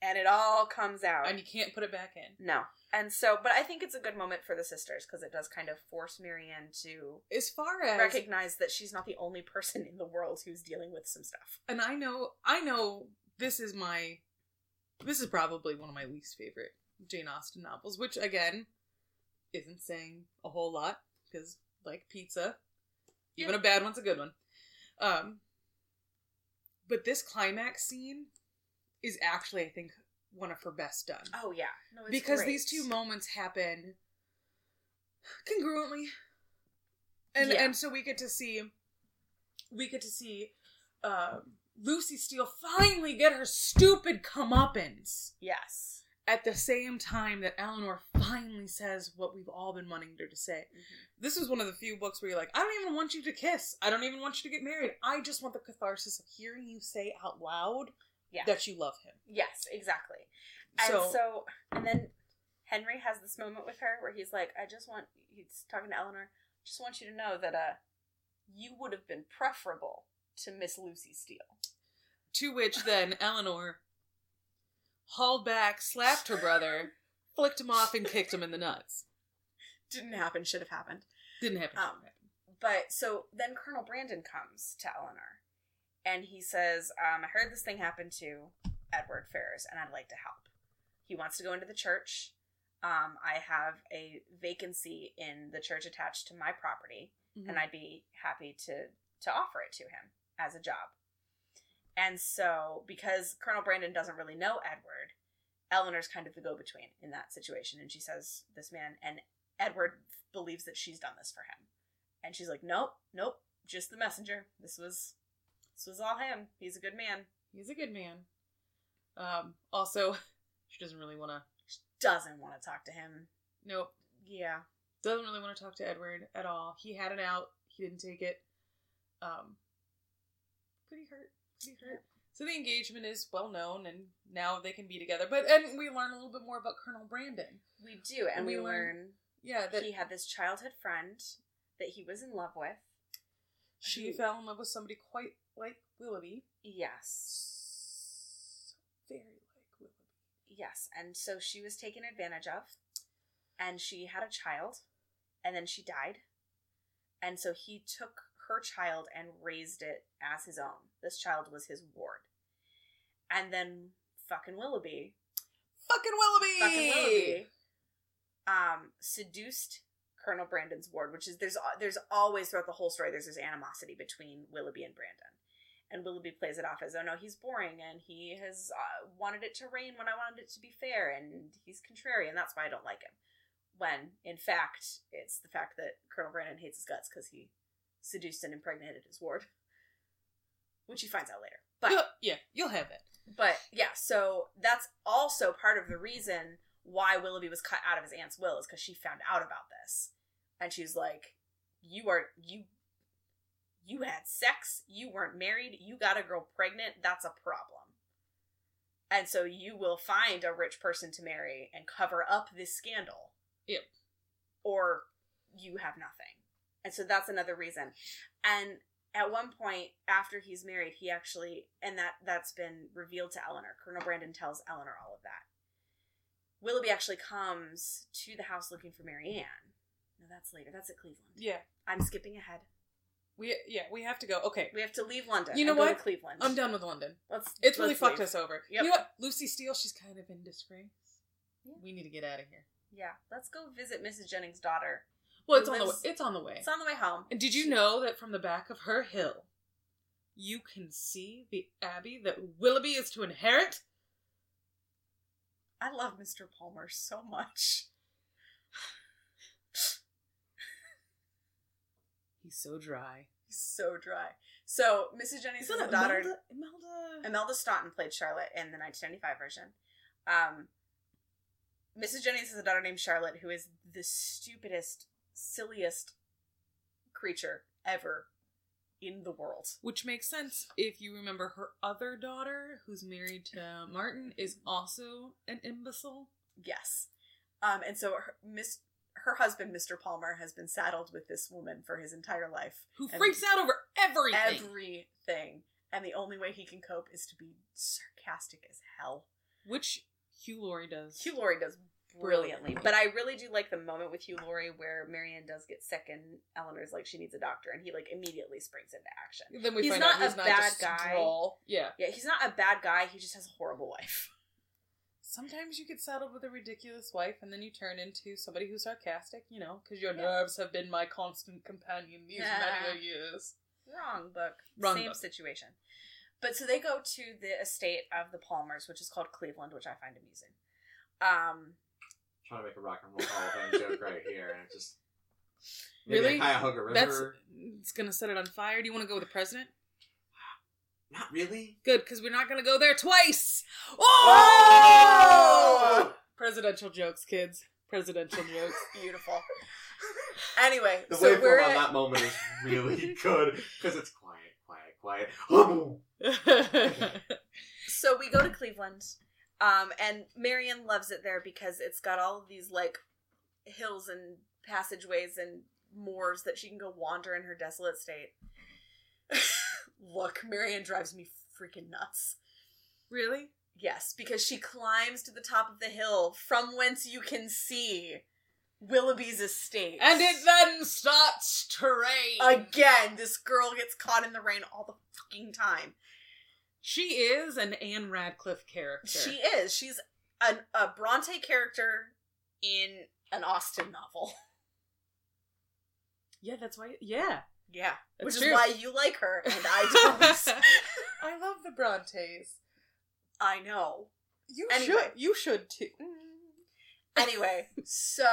B: and it all comes out.
C: and you can't put it back in.
B: no. And so, but I think it's a good moment for the sisters because it does kind of force Marianne to
C: As far as
B: recognize that she's not the only person in the world who's dealing with some stuff.
C: and I know I know this is my this is probably one of my least favorite Jane Austen novels, which again isn't saying a whole lot because like pizza, even a bad one's a good one. Um but this climax scene is actually I think one of her best done.
B: Oh yeah, no, it's
C: because
B: great.
C: these two moments happen congruently and
B: Yeah.
C: and so we get to see we get to see uh, lucy steele finally get her stupid comeuppance
B: yes,
C: at the same time that eleanor finally says what we've all been wanting her to say
B: Mm-hmm.
C: this is one of the few books where you're like i don't even want you to kiss i don't even want you to get married i just want the catharsis of hearing you say out loud
B: yeah,
C: that you love him
B: yes, exactly. And so, and then Henry has this moment with her where he's like, I just want, he's talking to Eleanor, just want you to know that uh, you would have been preferable to Miss Lucy Steele.
C: To which then Eleanor hauled back, slapped her brother, flicked him off, and kicked him in the nuts.
B: Didn't happen, should have happened.
C: Didn't happen.
B: Um, But so then Colonel Brandon comes to Eleanor and he says, um, I heard this thing happened to Edward Ferrars and I'd like to help. He wants to go into the church. Um, I have a vacancy in the church attached to my property. and I'd be happy to to offer it to him as a job. And so, because Colonel Brandon doesn't really know Edward, Eleanor's kind of the go-between in that situation, and she says, "This man," and Edward believes that she's done this for him, and she's like, "Nope, nope, just the messenger. This was, this was all him. He's a good man.
C: He's a good man. Um, also, she doesn't really want to.
B: Doesn't want to talk to him.
C: Nope.
B: Yeah,
C: Doesn't really want to talk to Edward at all. He had it out. He didn't take it. Um, pretty hurt. Pretty hurt. So the engagement is well known, and now they can be together. But and we learn a little bit more about Colonel Brandon.
B: we do, and we,
C: We learn-
B: learn
C: Yeah, that
B: he had this childhood friend that he was in love with.
C: she fell in love with somebody quite like Willoughby.
B: Yes.
C: Very like Willoughby.
B: Yes, and so she was taken advantage of, and she had a child, and then she died, and so he took her child and raised it as his own. This child was his ward, and then fucking Willoughby,
C: Fucking Willoughby!
B: fucking Willoughby, um, seduced Colonel Brandon's ward, which is there's al- there's always throughout the whole story there's this animosity between Willoughby and Brandon, and Willoughby plays it off as oh no he's boring and he has uh, wanted it to rain when I wanted it to be fair and he's contrary and that's why I don't like him. When in fact it's the fact that Colonel Brandon hates his guts because he seduced and impregnated his ward, which he finds out later. But
C: You'll- yeah, you'll have it.
B: but yeah, so that's also part of the reason why Willoughby was cut out of his aunt's will is because she found out about this, and she's like, "You are you, you had sex. You weren't married. You got a girl pregnant. That's a problem." And so you will find a rich person to marry and cover up this scandal.
C: Yep.
B: Or you have nothing. And so that's another reason. And at one point after he's married he actually and that that's been revealed to eleanor colonel brandon tells eleanor all of that willoughby actually comes to the house looking for marianne no that's later that's at cleveland
C: Yeah,
B: i'm skipping ahead
C: we yeah we have to go. Okay,
B: we have to leave london
C: You know
B: and go to
C: what?
B: cleveland
C: I'm done with London.
B: let's
C: It's really
B: let's
C: fucked
B: leave.
C: us over.
B: Yep.
C: You know what? Lucy Steele, she's kind of in disgrace.
B: Yeah.
C: We need to get out of here.
B: yeah let's go visit mrs jennings daughter
C: Well,
B: Who
C: it's on the way.
B: lives-
C: It's on the way.
B: it's on the way home
C: and did you know that from the back of her hill, you can see the abbey that Willoughby is to inherit?
B: i love mr palmer so much
C: He's so dry.
B: he's so dry so mrs jennings is a daughter
C: Imelda.
B: Imelda Staunton played Charlotte in the 1995 version. Um, Mrs. Jennings has a daughter named Charlotte who is the stupidest, silliest creature ever in the world.
C: Which makes sense if you remember her other daughter, who's married to Martin, is also an imbecile.
B: Yes. Um, and so her, Miss, her husband, Mr. Palmer, has been saddled with this woman for his entire life.
C: Who
B: And-
C: freaks out over everything.
B: Everything. And the only way he can cope is to be sarcastic as hell.
C: which Hugh Laurie does.
B: Hugh Laurie does brilliantly, but I really do like the moment with Hugh Laurie where Marianne does get sick and Eleanor's like she needs a doctor, and he like immediately springs into action.
C: then we
B: He's
C: find
B: not
C: out he's
B: a
C: not
B: bad
C: just
B: guy.
C: Droll. Yeah.
B: Yeah, he's not a bad guy. He just has a horrible wife.
C: Sometimes you get saddled with a ridiculous wife, and then you turn into somebody who's sarcastic. You know, because your nerves have been my constant companion these
B: Yeah.
C: many years.
B: Wrong book.
C: Wrong
B: Same
C: book.
B: situation. But so they go to the estate of the Palmers, which is called Cleveland, which I find amusing. Um,
D: trying to make a rock and roll hall of fame joke right here, and it just
C: Really?
D: maybe a Cuyahoga River.
C: That's it's gonna set it on fire. Do you want to go with the president?
D: Not really.
C: Good, because we're not gonna go there twice. Oh!
D: Oh!
C: Presidential jokes, kids. Presidential jokes.
B: beautiful. anyway,
D: The
B: so we're
D: waveform on
B: at-
D: that moment is really good because it's quiet, quiet, quiet. Oh,
B: so we go to Cleveland, um, and Marion loves it there because it's got all of these like hills and passageways and moors that she can go wander in her desolate state. Look, Marion drives me freaking nuts.
C: really?
B: Yes, because she climbs to the top of the hill from whence you can see Willoughby's estate.
C: And it then starts to rain.
B: again, this girl gets caught in the rain all the fucking time.
C: she is an Anne Radcliffe character.
B: She is. She's an, a Bronte character in an Austen novel.
C: yeah, that's why. Yeah,
B: Yeah,
C: That's
B: which
C: true.
B: is why you like her and I don't.
C: I love the Brontes.
B: I know.
C: You
B: Anyway.
C: should. You should too. Mm.
B: Anyway, so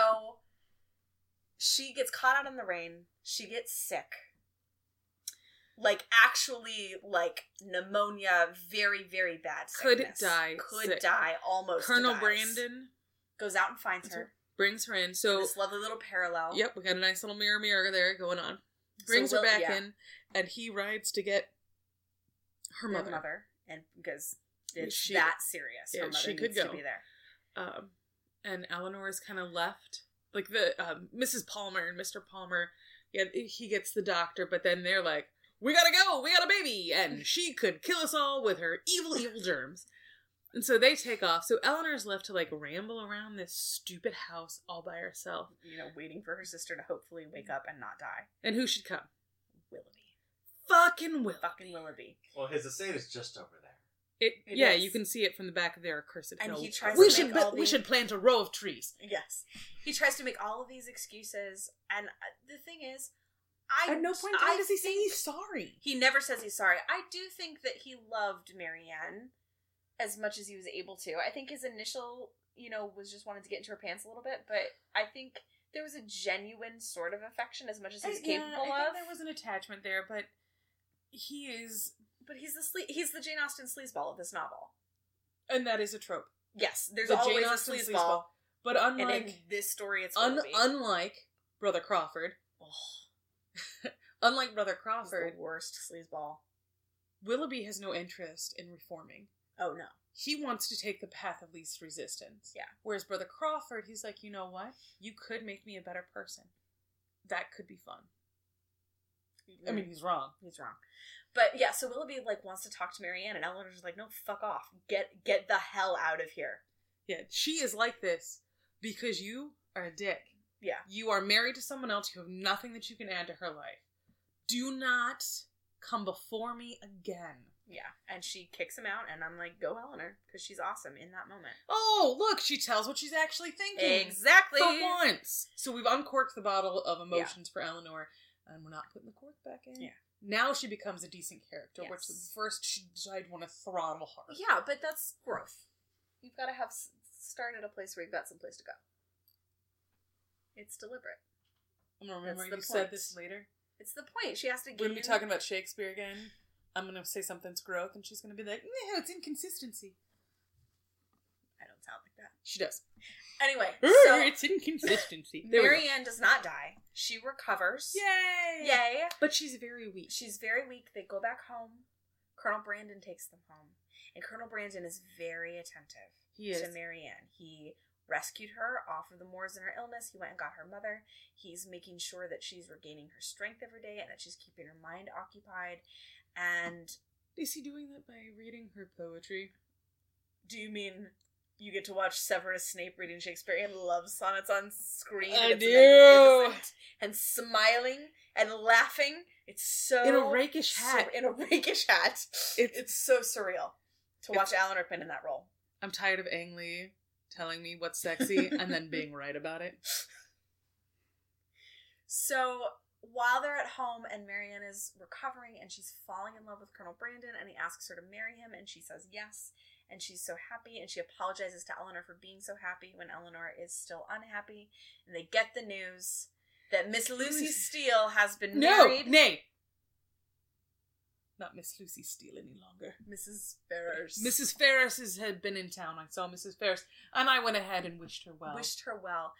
B: she gets caught out in the rain. She gets sick. Like actually like pneumonia, very very bad
C: Could
B: sickness.
C: die
B: Could
C: sick.
B: die almost.
C: Colonel
B: dies.
C: Brandon
B: goes out and finds her.
C: brings her in. So,
B: this lovely little parallel.
C: yep, we got a nice little mirror mirror there going on. Brings her
B: Will-
C: back
B: yeah.
C: in, and he rides to get her
B: Her mother.
C: mother.
B: and because it's
C: She-
B: that serious.
C: yeah,
B: her mother
C: she could
B: needs
C: go.
B: to be there.
C: um, and Eleanor is kind of left. Like the um, Mrs. Palmer and Mr. Palmer, yeah, he gets the doctor, but then they're like, "We gotta go, we got a baby, and she could kill us all with her evil, evil germs." And so they take off. So Eleanor's left to like ramble around this stupid house all by herself.
B: You know, waiting for her sister to hopefully wake up and not die.
C: And who should come?
B: Willoughby,
C: Fucking Will.
B: fucking Willoughby.
D: well, his estate is just over there.
C: It,
B: It
C: yeah,
B: is.
C: you can see it from the back of their accursed
B: And
C: hill.
B: he tries
C: we
B: to
C: should
B: make
C: bu-
B: all
C: we
B: the-
C: should plant a row of trees.
B: Yes. He tries to make all of these excuses, and uh, the thing is, I
C: At no point in
B: I
C: time does he say
B: think-
C: he's sorry.
B: He never says he's sorry. I do think that he loved Marianne as much as he was able to. I think his initial, you know, was just wanted to get into her pants a little bit, but I think there was a genuine sort of affection as much as he's
C: Uh,
B: capable
C: I
B: of.
C: Think there was an attachment there, but he is,
B: But he's the sle- he's the Jane Austen sleazeball of this novel.
C: and that is a trope.
B: Yes, there's
C: The Jane
B: always
C: Austen
B: a sleazeball,
C: sleazeball. But
B: and in
C: unlike
B: this story, it's
C: un,
B: Willoughby.
C: unlike Brother Crawford, unlike Brother
B: He's the
C: Crawford,
B: worst sleazeball.
C: Willoughby has no interest in reforming.
B: Oh no.
C: He wants to take the path of least resistance.
B: Yeah.
C: Whereas Brother Crawford, he's like, you know what? You could make me a better person. That could be fun. I
B: Mm.
C: mean, he's wrong.
B: He's wrong. But yeah, so Willoughby like wants to talk to Marianne, and Eleanor's like, "No, fuck off. Get get the hell out of here."
C: Yeah, she is like this because you are a dick.
B: Yeah.
C: You are married to someone else. You have nothing that you can add to her life. Do not come before me again.
B: Yeah, and she kicks him out, and I'm like, "Go, Eleanor," because she's awesome in that moment.
C: Oh, look, she tells what she's actually thinking.
B: Exactly.
C: For once. So we've uncorked the bottle of emotions for Eleanor, and we're not putting the cork back in.
B: Yeah.
C: Now she becomes a decent character, which
B: Yes.
C: first she decided to want to throttle her.
B: Yeah, but that's growth. You've got to have s- start at a place where you've got someplace to go. It's deliberate.
C: I'm going to remember
B: That's
C: you
B: the
C: said
B: point.
C: this later.
B: It's the point. She has to.
C: We're
B: Give
C: gonna be talking about Shakespeare again. I'm gonna say something's growth, and she's gonna be like, "No, it's inconsistency."
B: I don't sound like that.
C: She does.
B: Anyway,
C: "Err,
B: so
C: it's inconsistency. There we go.
B: Marianne does not die. She recovers.
C: Yay!
B: Yay.
C: But she's very weak.
B: She's very weak. They go back home. Colonel Brandon takes them home. And Colonel Brandon is very attentive
C: He is.
B: to Marianne. He rescued her off of the moors in her illness. He went and got her mother. He's making sure that she's regaining her strength every day and that she's keeping her mind occupied. And
C: Is he doing that by reading her poetry?
B: Do you mean you get to watch Severus Snape reading Shakespearean love sonnets on screen?
C: I
B: and it's
C: do.
B: magnificent And smiling and laughing. It's so
C: in a rakish
B: sur-
C: hat.
B: in a rakish hat. It's, so surreal to watch Alan Rickman in that role.
C: I'm tired of Ang Lee telling me what's sexy and then being right about it.
B: So while they're at home and Marianne is recovering and she's falling in love with Colonel Brandon and he asks her to marry him and she says yes and she's so happy and she apologizes to Eleanor for being so happy when Eleanor is still unhappy and they get the news that Miss Lucy Steele has been married.
C: nay. Not Miss Lucy Steele any longer.
B: Mrs. Ferrers
C: Mrs. Ferris is, had been in town. I saw Mrs. Ferris, and I went ahead and wished her well.
B: wished her well.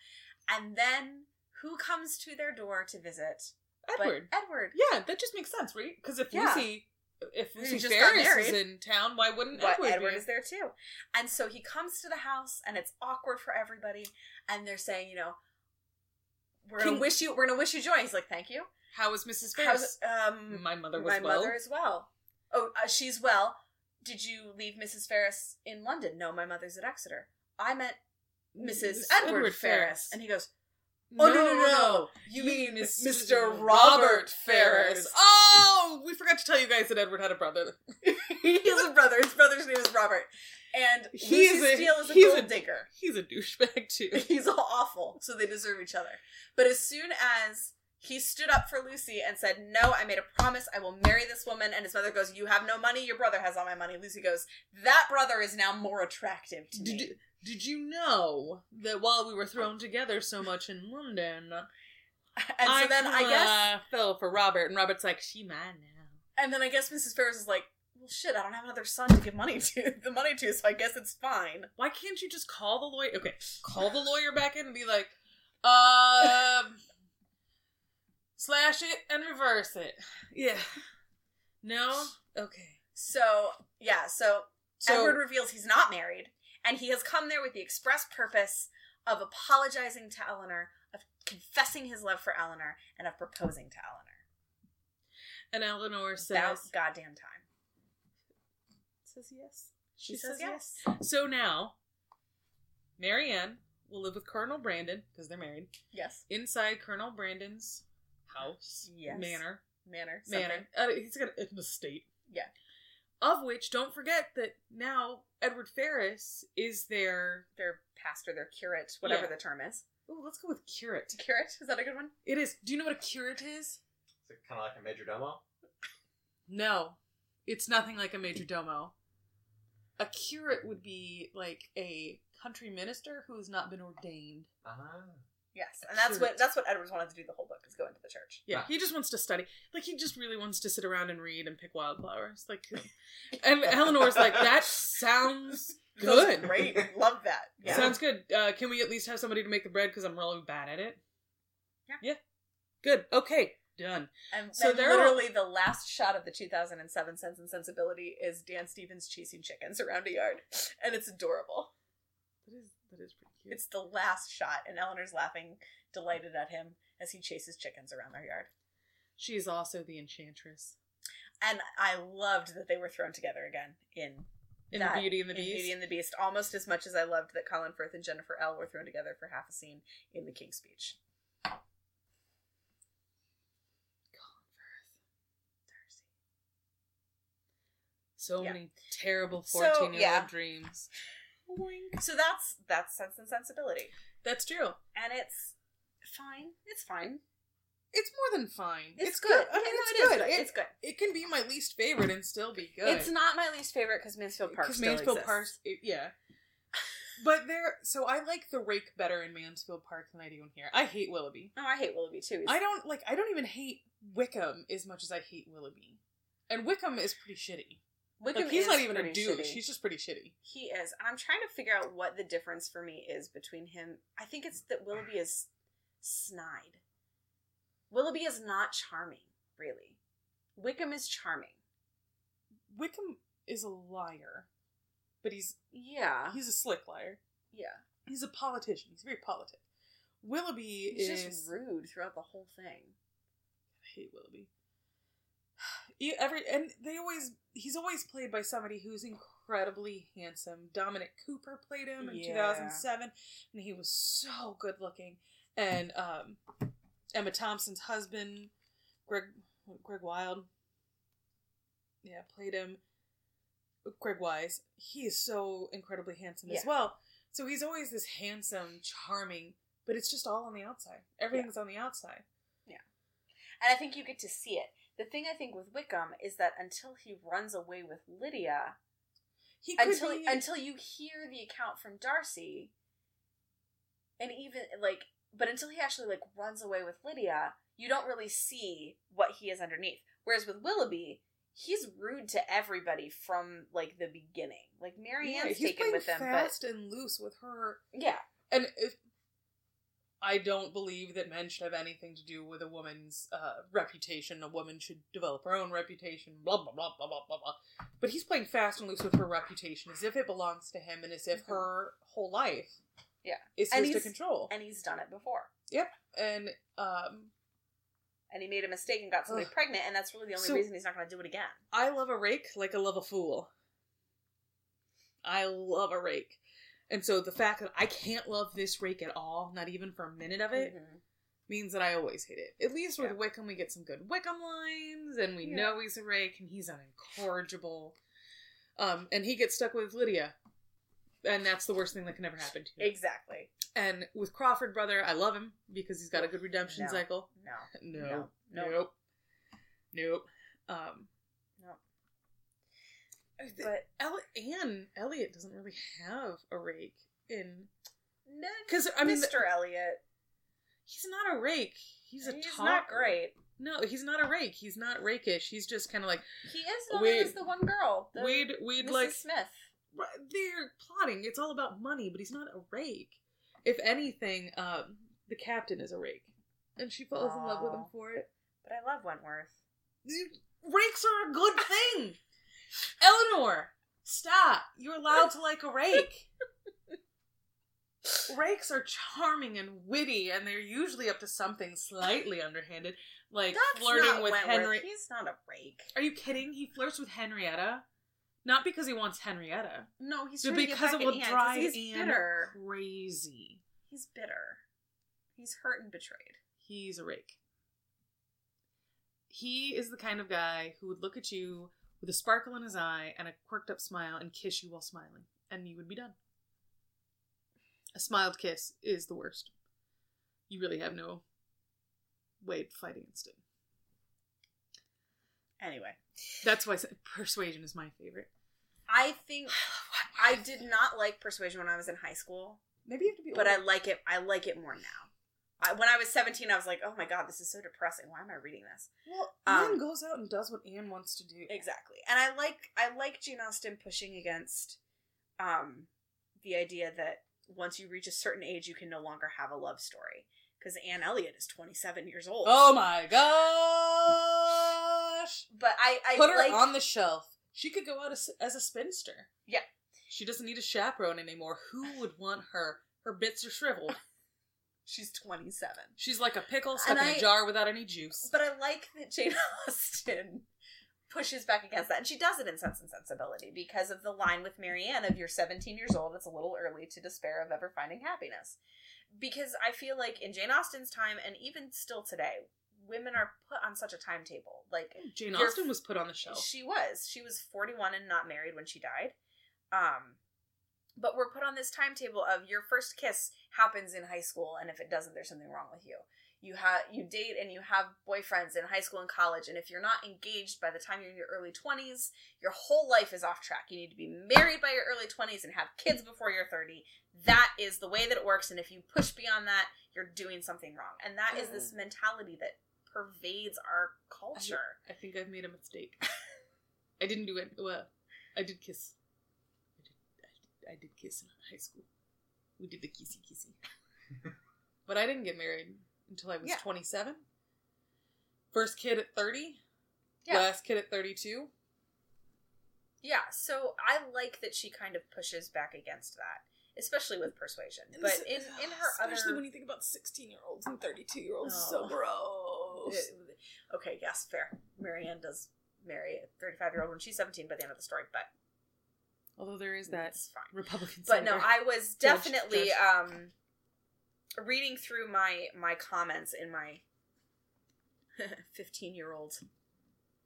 B: And then who comes to their door to visit? but
C: Edward.
B: Edward.
C: yeah, that just makes sense, right? Because if
B: Yeah.
C: Lucy, if
B: Lucy
C: Lucy
B: just got
C: Ferris is
B: married.
C: in town, why wouldn't
B: But
C: Edward,
B: Edward,
C: be?
B: is there too. And so he comes to the house and it's awkward for everybody and they're saying, you know, we're gonna
C: Can-
B: wish you we're gonna wish you joy. He's like, Thank you.
C: How is Mrs.
B: How's
C: Ferris?
B: um
C: my mother was
B: my
C: well.
B: mother as well. Oh, uh, she's well. Did you leave Mrs. Ferris in London? No, my mother's at Exeter. I met Mrs. Edward, Ferris. And he goes, Oh no no no! no.
C: You
B: He-
C: mean Miss-
B: Mr. Robert Ferris?
C: Oh, we forgot to tell you guys that Edward had a brother.
B: He has a brother. His brother's name is Robert, and
C: He
B: Lucy
C: is a-
B: Steele is a
C: he's a-
B: gold digger.
C: He's a douchebag too.
B: He's all awful, so they deserve each other. But as soon as he stood up for Lucy and said, "No, I made a promise. I will marry this woman," and his mother goes, "You have no money. Your brother has all my money." Lucy goes, "That brother is now more attractive to
C: Did
B: me."
C: you, did you know that while we were thrown together so much in London,
B: And so then I guess,
C: kinda fell for Robert, and Robert's like, she mine now.
B: and then I guess Mrs. Ferris is like, "Well, shit, I don't have another son to give money to the money to, so I guess it's fine."
C: Why can't you just call the lawyer? Okay, call the lawyer back in and be like, um, slash it and reverse it. Yeah. No. Okay.
B: So yeah, so
C: So
B: Edward reveals he's not married, and he has come there with the express purpose of apologizing to Eleanor, of confessing his love for Eleanor, and of proposing to Eleanor.
C: and Eleanor says
B: That goddamn time.
C: says yes.
B: She, says, yes.
C: So now, Marianne will live with Colonel Brandon because they're married
B: Yes.
C: inside Colonel Brandon's house
B: Yes.
C: manor
B: Manner.
C: manor. Uh, he's got an estate.
B: Yeah.
C: Of which, don't forget that now Edward Ferris is their.
B: Their pastor, their curate, whatever
C: Yeah.
B: the term is.
C: Oh, let's go with curate.
B: Curate? Is that a good one?
C: It is. Do you know what a curate is?
D: Is it kind of like a major domo?
C: No, it's nothing like a major domo. A curate would be like a country minister who has not been ordained.
D: Ah.
B: Yes. And that's
C: Curate.
B: what that's what Edward's wanted to do the whole book is go into the church.
C: Yeah,
D: Ah.
C: he just wants to study. Like he just really wants to sit around and read and pick wildflowers. Like, and Eleanor's like, that sounds
B: That's
C: good.
B: great. Love that. Yeah.
C: Sounds good. Uh, can we at least have somebody to make the bread? Because I'm really bad at it.
B: Yeah.
C: Yeah. Good. Okay. Done.
B: and
C: so
B: so
C: they're all-
B: literally the last shot of the 2007 Sense and Sensibility is Dan Stevens chasing chickens around a yard, and it's adorable.
C: That is that is pretty cute.
B: It's the last shot, and Eleanor's laughing, delighted at him as he chases chickens around their yard.
C: she is also the enchantress
B: And I loved that they were thrown together again in,
C: in
B: That-
C: the Beauty and the
B: in
C: Beast.
B: Beauty and the Beast, almost as much as I loved that Colin Firth and Jennifer L were thrown together for half a scene in The King's Speech.
C: so
B: Yeah.
C: many terrible
B: So,
C: fourteen year old
B: yeah.
C: dreams.
B: So that's that's Sense and Sensibility,
C: That's true.
B: and it's fine. It's fine.
C: It's more than fine.
B: It's, good.
C: I
B: Yeah, no,
C: mean, it's
B: it is
C: good.
B: good.
C: It-
B: it's good.
C: It can be my least favorite and still be good.
B: It's not my least favorite because Mansfield Park.
C: Because
B: still
C: Mansfield
B: exists.
C: Park, it- yeah. But there, so I like the rake better in Mansfield Park than I do in here. I hate Willoughby.
B: Oh, I hate Willoughby too. He's-
C: I don't like. I don't even hate Wickham as much as I hate Willoughby. And Wickham is pretty shitty.
B: Wickham
C: like he's
B: is
C: not even a
B: pretty
C: douche.
B: shitty.
C: He's just pretty shitty.
B: He is. And I'm trying to figure out what the difference for me is between him. I think it's that Willoughby is snide. Willoughby is not charming, really. Wickham is charming.
C: Wickham is a liar, but he's
B: Yeah.
C: he's a slick liar.
B: Yeah.
C: He's a politician. He's very politic. Willoughby
B: He's
C: is
B: just rude throughout the whole thing.
C: I hate Willoughby. e- every and they always he's always played by somebody who's incredibly handsome. Dominic Cooper played him in
B: Yeah.
C: 2007 and he was so good looking. And um Emma Thompson's husband Greg Greg Wild yeah, played him Greg Wise. He is so incredibly handsome as
B: Yeah.
C: well. So he's always this handsome, charming, but it's just all on the outside. Everything's on the outside.
B: And I think you get to see it. The thing I think with Wickham is that until he runs away with Lydia,
C: He could
B: until
C: be-
B: until you hear the account from Darcy, and even like, but until he actually like runs away with Lydia, you don't really see what he is underneath. Whereas with Willoughby, he's rude to everybody from like the beginning. Like
C: Yeah,
B: Marianne's
C: he's
B: taken
C: playing
B: with them,
C: fast and loose with her,
B: but yeah,
C: and if I don't believe that men should have anything to do with a woman's uh, reputation, a woman should develop her own reputation. Blah blah blah blah blah blah blah. But he's playing fast and loose with her reputation, as if it belongs to him, and as if
B: Mhm.
C: her whole life,
B: Yeah.
C: is
B: And
C: his to
B: he's-
C: control.
B: and he's done it before.
C: And, um,
B: And he made a mistake and got somebody
C: Ugh.
B: pregnant, and that's really the only
C: So-
B: reason he's not going to do it again.
C: I love a rake like I love a fool. I love a rake. And so the fact that I can't love this rake at all, not even for a minute of it,
B: Mhm.
C: means that I always hate it. At least with
B: Yeah.
C: Wickham, we get some good Wickham lines, and we
B: Yeah.
C: know he's a rake, and he's unincorrigible. Um, and he gets stuck with Lydia, and that's the worst thing that can ever happen to him.
B: Exactly.
C: And with Crawford, brother, I love him because he's got a good redemption
B: No.
C: cycle.
B: No.
C: No,
B: No. No.
C: nope, nope. Um,
B: No.
C: the-
B: But
C: El- Anne Elliot doesn't really have a rake in
B: no,
C: because I mean
B: Mr. Elliot,
C: he's not a rake. He's
B: he's,
C: a
B: not
C: talker.
B: great.
C: No, he's not a rake. He's not rakish. He's just kind of like
B: He is known
C: We-
B: as the one girl. The
C: we'd we'd
B: Mrs.
C: like
B: Smith.
C: they're plotting. It's all about money, but he's not a rake. If anything, um, the captain is a rake, and she falls in love with him
B: Aw.
C: for it.
B: But I love Wentworth.
C: Rakes are a good thing. Eleanor, stop. You're allowed to like a rake. Rakes are charming and witty, and they're usually up to something slightly underhanded, like
B: That's
C: flirting
B: not
C: with
B: Wentworth.
C: Henry.
B: He's not a rake.
C: Are you kidding? He flirts with Henrietta, not because he wants Henrietta,
B: No, he's
C: but
B: trying to get
C: because
B: back
C: it
B: at
C: will
B: Anne, 'cause
C: drive
B: he's
C: Anne
B: bitter.
C: crazy.
B: He's bitter. He's hurt and betrayed.
C: He's a rake. He is the kind of guy who would look at you with a sparkle in his eye and a quirked up smile and kiss you while smiling, and you would be done. A smiled kiss is the worst. You really have no way to fight against it.
B: Anyway,
C: That's why I said persuasion is my favorite.
B: I think I did not like Persuasion when I was in high school,
C: Maybe you have to be.
B: but I
C: older.
B: like it. I like it more now. I, when I was seventeen, I was like, "Oh my god, this is so depressing. Why am I reading this?"
C: Well,
B: Um,
C: Anne goes out and does what Anne wants to do.
B: Exactly. And I like I like Jane Austen pushing against um the idea that once you reach a certain age you can no longer have a love story cuz Anne Elliot is 27 years old.
C: Oh my gosh!
B: But I I
C: Put her
B: like
C: on the shelf. She could go out as, as a spinster.
B: Yeah.
C: She doesn't need a chaperone anymore. Who would want her? Her bits are shriveled.
B: she's 27.
C: She's like a pickle stuck
B: And
C: in a
B: I-
C: jar without any juice.
B: But I like that Jane Austen pushes back against that and she does it in Sense and Sensibility because of the line with Marianne of you're 17 years old it's a little early to despair of ever finding happiness. Because I feel like in Jane Austen's time and even still today women are put on such a timetable. Like
C: Jane
B: You're-
C: Austen was put on the shelf.
B: she was. She was 41 and not married when she died. Um, but we're put on this timetable of your first kiss happens in high school, and if it doesn't, there's something wrong with you. You have you date and you have boyfriends in high school and college, and if you're not engaged by the time you're in your early 20s, your whole life is off track. You need to be married by your early 20s and have kids before you're 30. That is the way that it works, and if you push beyond that, you're doing something wrong. And that is this mentality that pervades our culture.
C: I think I've made a mistake. I didn't do it. Well, I did kiss. I did, I did, I did kiss in high school. We did the kissy kissy. but I didn't get married until I was
B: Yeah.
C: 27. First kid at 30.
B: Yeah.
C: Last kid at 32.
B: Yeah, so I like that she kind of pushes back against that, especially with persuasion. But in in her
C: Especially
B: other
C: when you think about 16 year olds and 32 year olds.
B: Oh.
C: So gross.
B: okay, yes, fair. Marianne does marry a 35 year old when she's 17 by the end of the story, but
C: Although there is that
B: it's fine.
C: Republican
B: But no,
C: senator.
B: I was
C: Judge,
B: definitely
C: judge.
B: um reading through my my comments in my 15 year old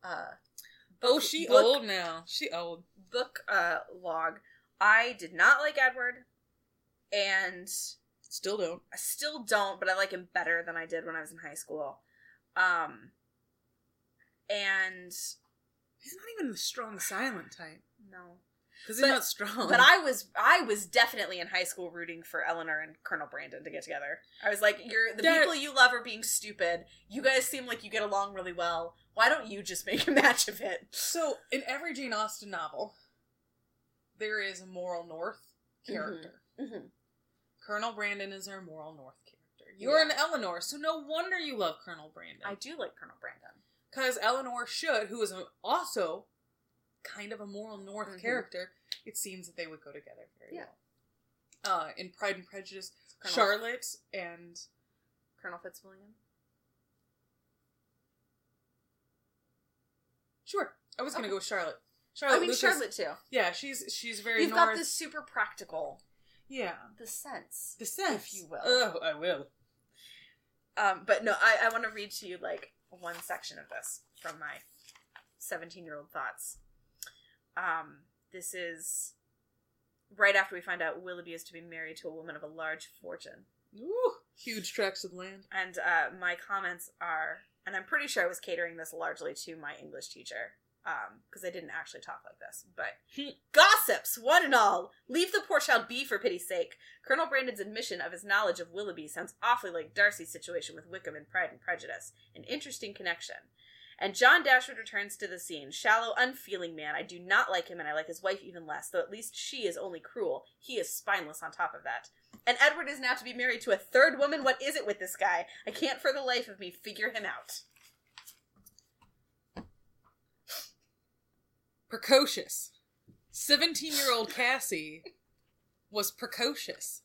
B: uh
C: oh, she
B: book-
C: old now. She old.
B: book uh log. I did not like Edward and
C: Still don't.
B: I still don't, but I like him better than I did when I was in high school. Um and
C: He's not even the strong silent type
B: no.
C: because he's
B: But-
C: not strong.
B: But I was I was definitely in high school rooting for Eleanor and Colonel Brandon to get together. I was like, "You're the
C: That-
B: people you love are being stupid. You guys seem like you get along really well. Why don't you just make a match of it?"
C: So, in every Jane Austen novel, there is a moral north character.
B: Mhm.
C: Colonel Brandon is our moral north character. You're an Eleanor, so no wonder you love Colonel
B: I
C: Brandon.
B: do like Colonel Brandon.
C: Because Eleanor should, who is a, also kind of a moral north
B: Mhm.
C: character, it seems that they would go together very
B: Yeah.
C: well. Uh, in Pride and Prejudice,
B: Colonel,
C: Charlotte and
B: Colonel Fitzwilliam.
C: sure, I was gonna
B: Okay.
C: go with Charlotte. Charlotte,
B: I mean
C: Lucas-
B: Charlotte too.
C: Yeah, she's she's very
B: Oh, You've
C: north.
B: got this super practical,
C: yeah,
B: the sense.
C: the sense,
B: you will.
C: Oh, I will.
B: Um, but no, I, I want to read to you like one section of this from my 17 year old thoughts. Um, this is right after we find out Willoughby is to be married to a woman of a large fortune.
C: Ooh, huge tracts of land.
B: And uh, my comments are, and I'm pretty sure I was catering this largely to my English teacher because I didn't actually talk like this. But gossips, one and all, leave the poor child be for pity's sake. Colonel Brandon's admission of his knowledge of Willoughby sounds awfully like Darcy's situation with Wickham in Pride and Prejudice. An interesting connection. And John Dashwood returns to the scene. Shallow, unfeeling man. I do not like him, and I like his wife even less, though at least she is only cruel. He is spineless on top of that. And Edward is now to be married to a third woman. What is it with this guy? I can't for the life of me figure him out.
C: precocious. 17 year old Cassie was precocious.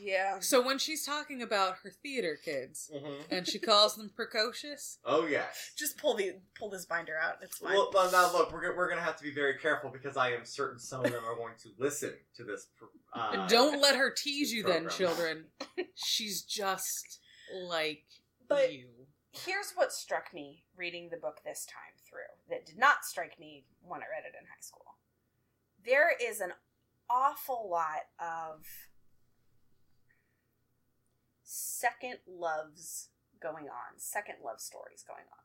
B: Yeah.
C: So when she's talking about her theater kids
D: Mhm.
C: and she calls them precocious,
D: Oh yes.
B: Just pull the pull this binder out. It's fine.
D: Well, uh, well, now look, we're gonna, we're gonna have to be very careful because I am certain some of them are going to listen to this. Uh,
C: don't let her tease you then,
D: Program.
C: children. She's just like
B: But-
C: you.
B: Here's what struck me reading the book this time through that did not strike me when I read it in high school. There is an awful lot of second loves going on, second love stories going on.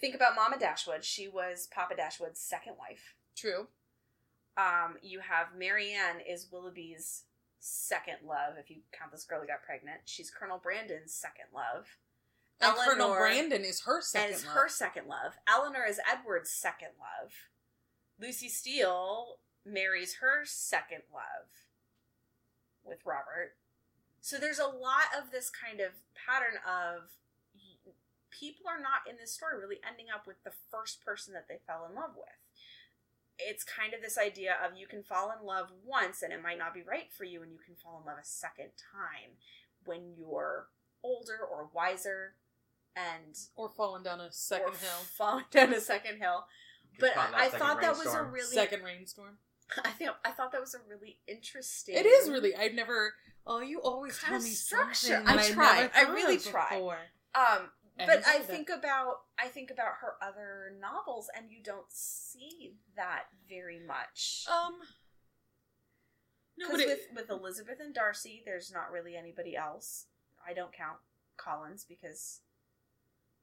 B: Think about Mama Dashwood. She was Papa Dashwood's second wife.
C: True.
B: Um, you have Marianne is Willoughby's second love, if you count this girl who got pregnant. She's Colonel Brandon's second love.
C: And Colonel
B: Eleanor
C: Brandon is her second
B: is
C: love.
B: her second love. Eleanor is Edward's second love. Lucy Steele marries her second love with Robert. So there's a lot of this kind of pattern of y- people are not in this story really ending up with the first person that they fell in love with. It's kind of this idea of you can fall in love once and it might not be right for you, and you can fall in love a second time when you're older or wiser and
C: or falling down a second
B: or
C: hill.
B: falling down a second hill. But
D: Caught in that
B: I, I
D: second
B: thought that was a
D: rainstorm.
B: really
C: Second rainstorm.
B: I think I thought that was a really interesting.
C: It is really. I've never. Oh, you always
B: Kind
C: tell
B: of
C: me
B: structure.
C: something.
B: I
C: that never
B: try. I
C: thought of
B: really try.
C: before.
B: Um, but
C: I didn't
B: I
C: see that.
B: think about I think about her other novels, and you don't see that very much.
C: Um. No,
B: Because
C: but it,
B: with with Elizabeth and Darcy, there's not really anybody else. I don't count Collins because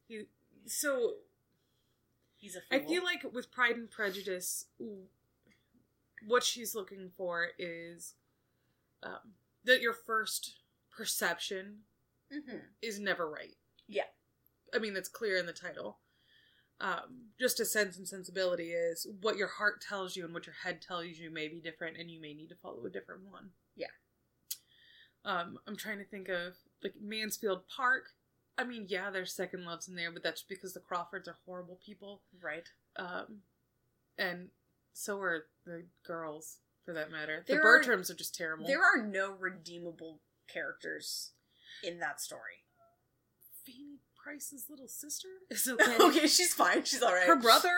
C: you, so
B: he's a
C: I
B: fool.
C: feel like with Pride and Prejudice, w- what she's looking for is um, that your first perception
B: Mhm.
C: is never right.
B: Yeah.
C: I mean that's clear in the title. Um, just a sense and sensibility is what your heart tells you and what your head tells you may be different, and you may need to follow a different one.
B: Yeah.
C: Um, I'm trying to think of like Mansfield Park. I mean, yeah, there's second loves in there, but that's because the Crawfords are horrible people,
B: right.
C: um, and so are the girls for that matter.
B: There
C: the
B: are-
C: Bertrams are, just terrible.
B: There are no redeemable characters in that story.
C: Fanny
E: Price's little sister?
C: It's okay.
B: okay, she's fine. She's all right.
C: Her brother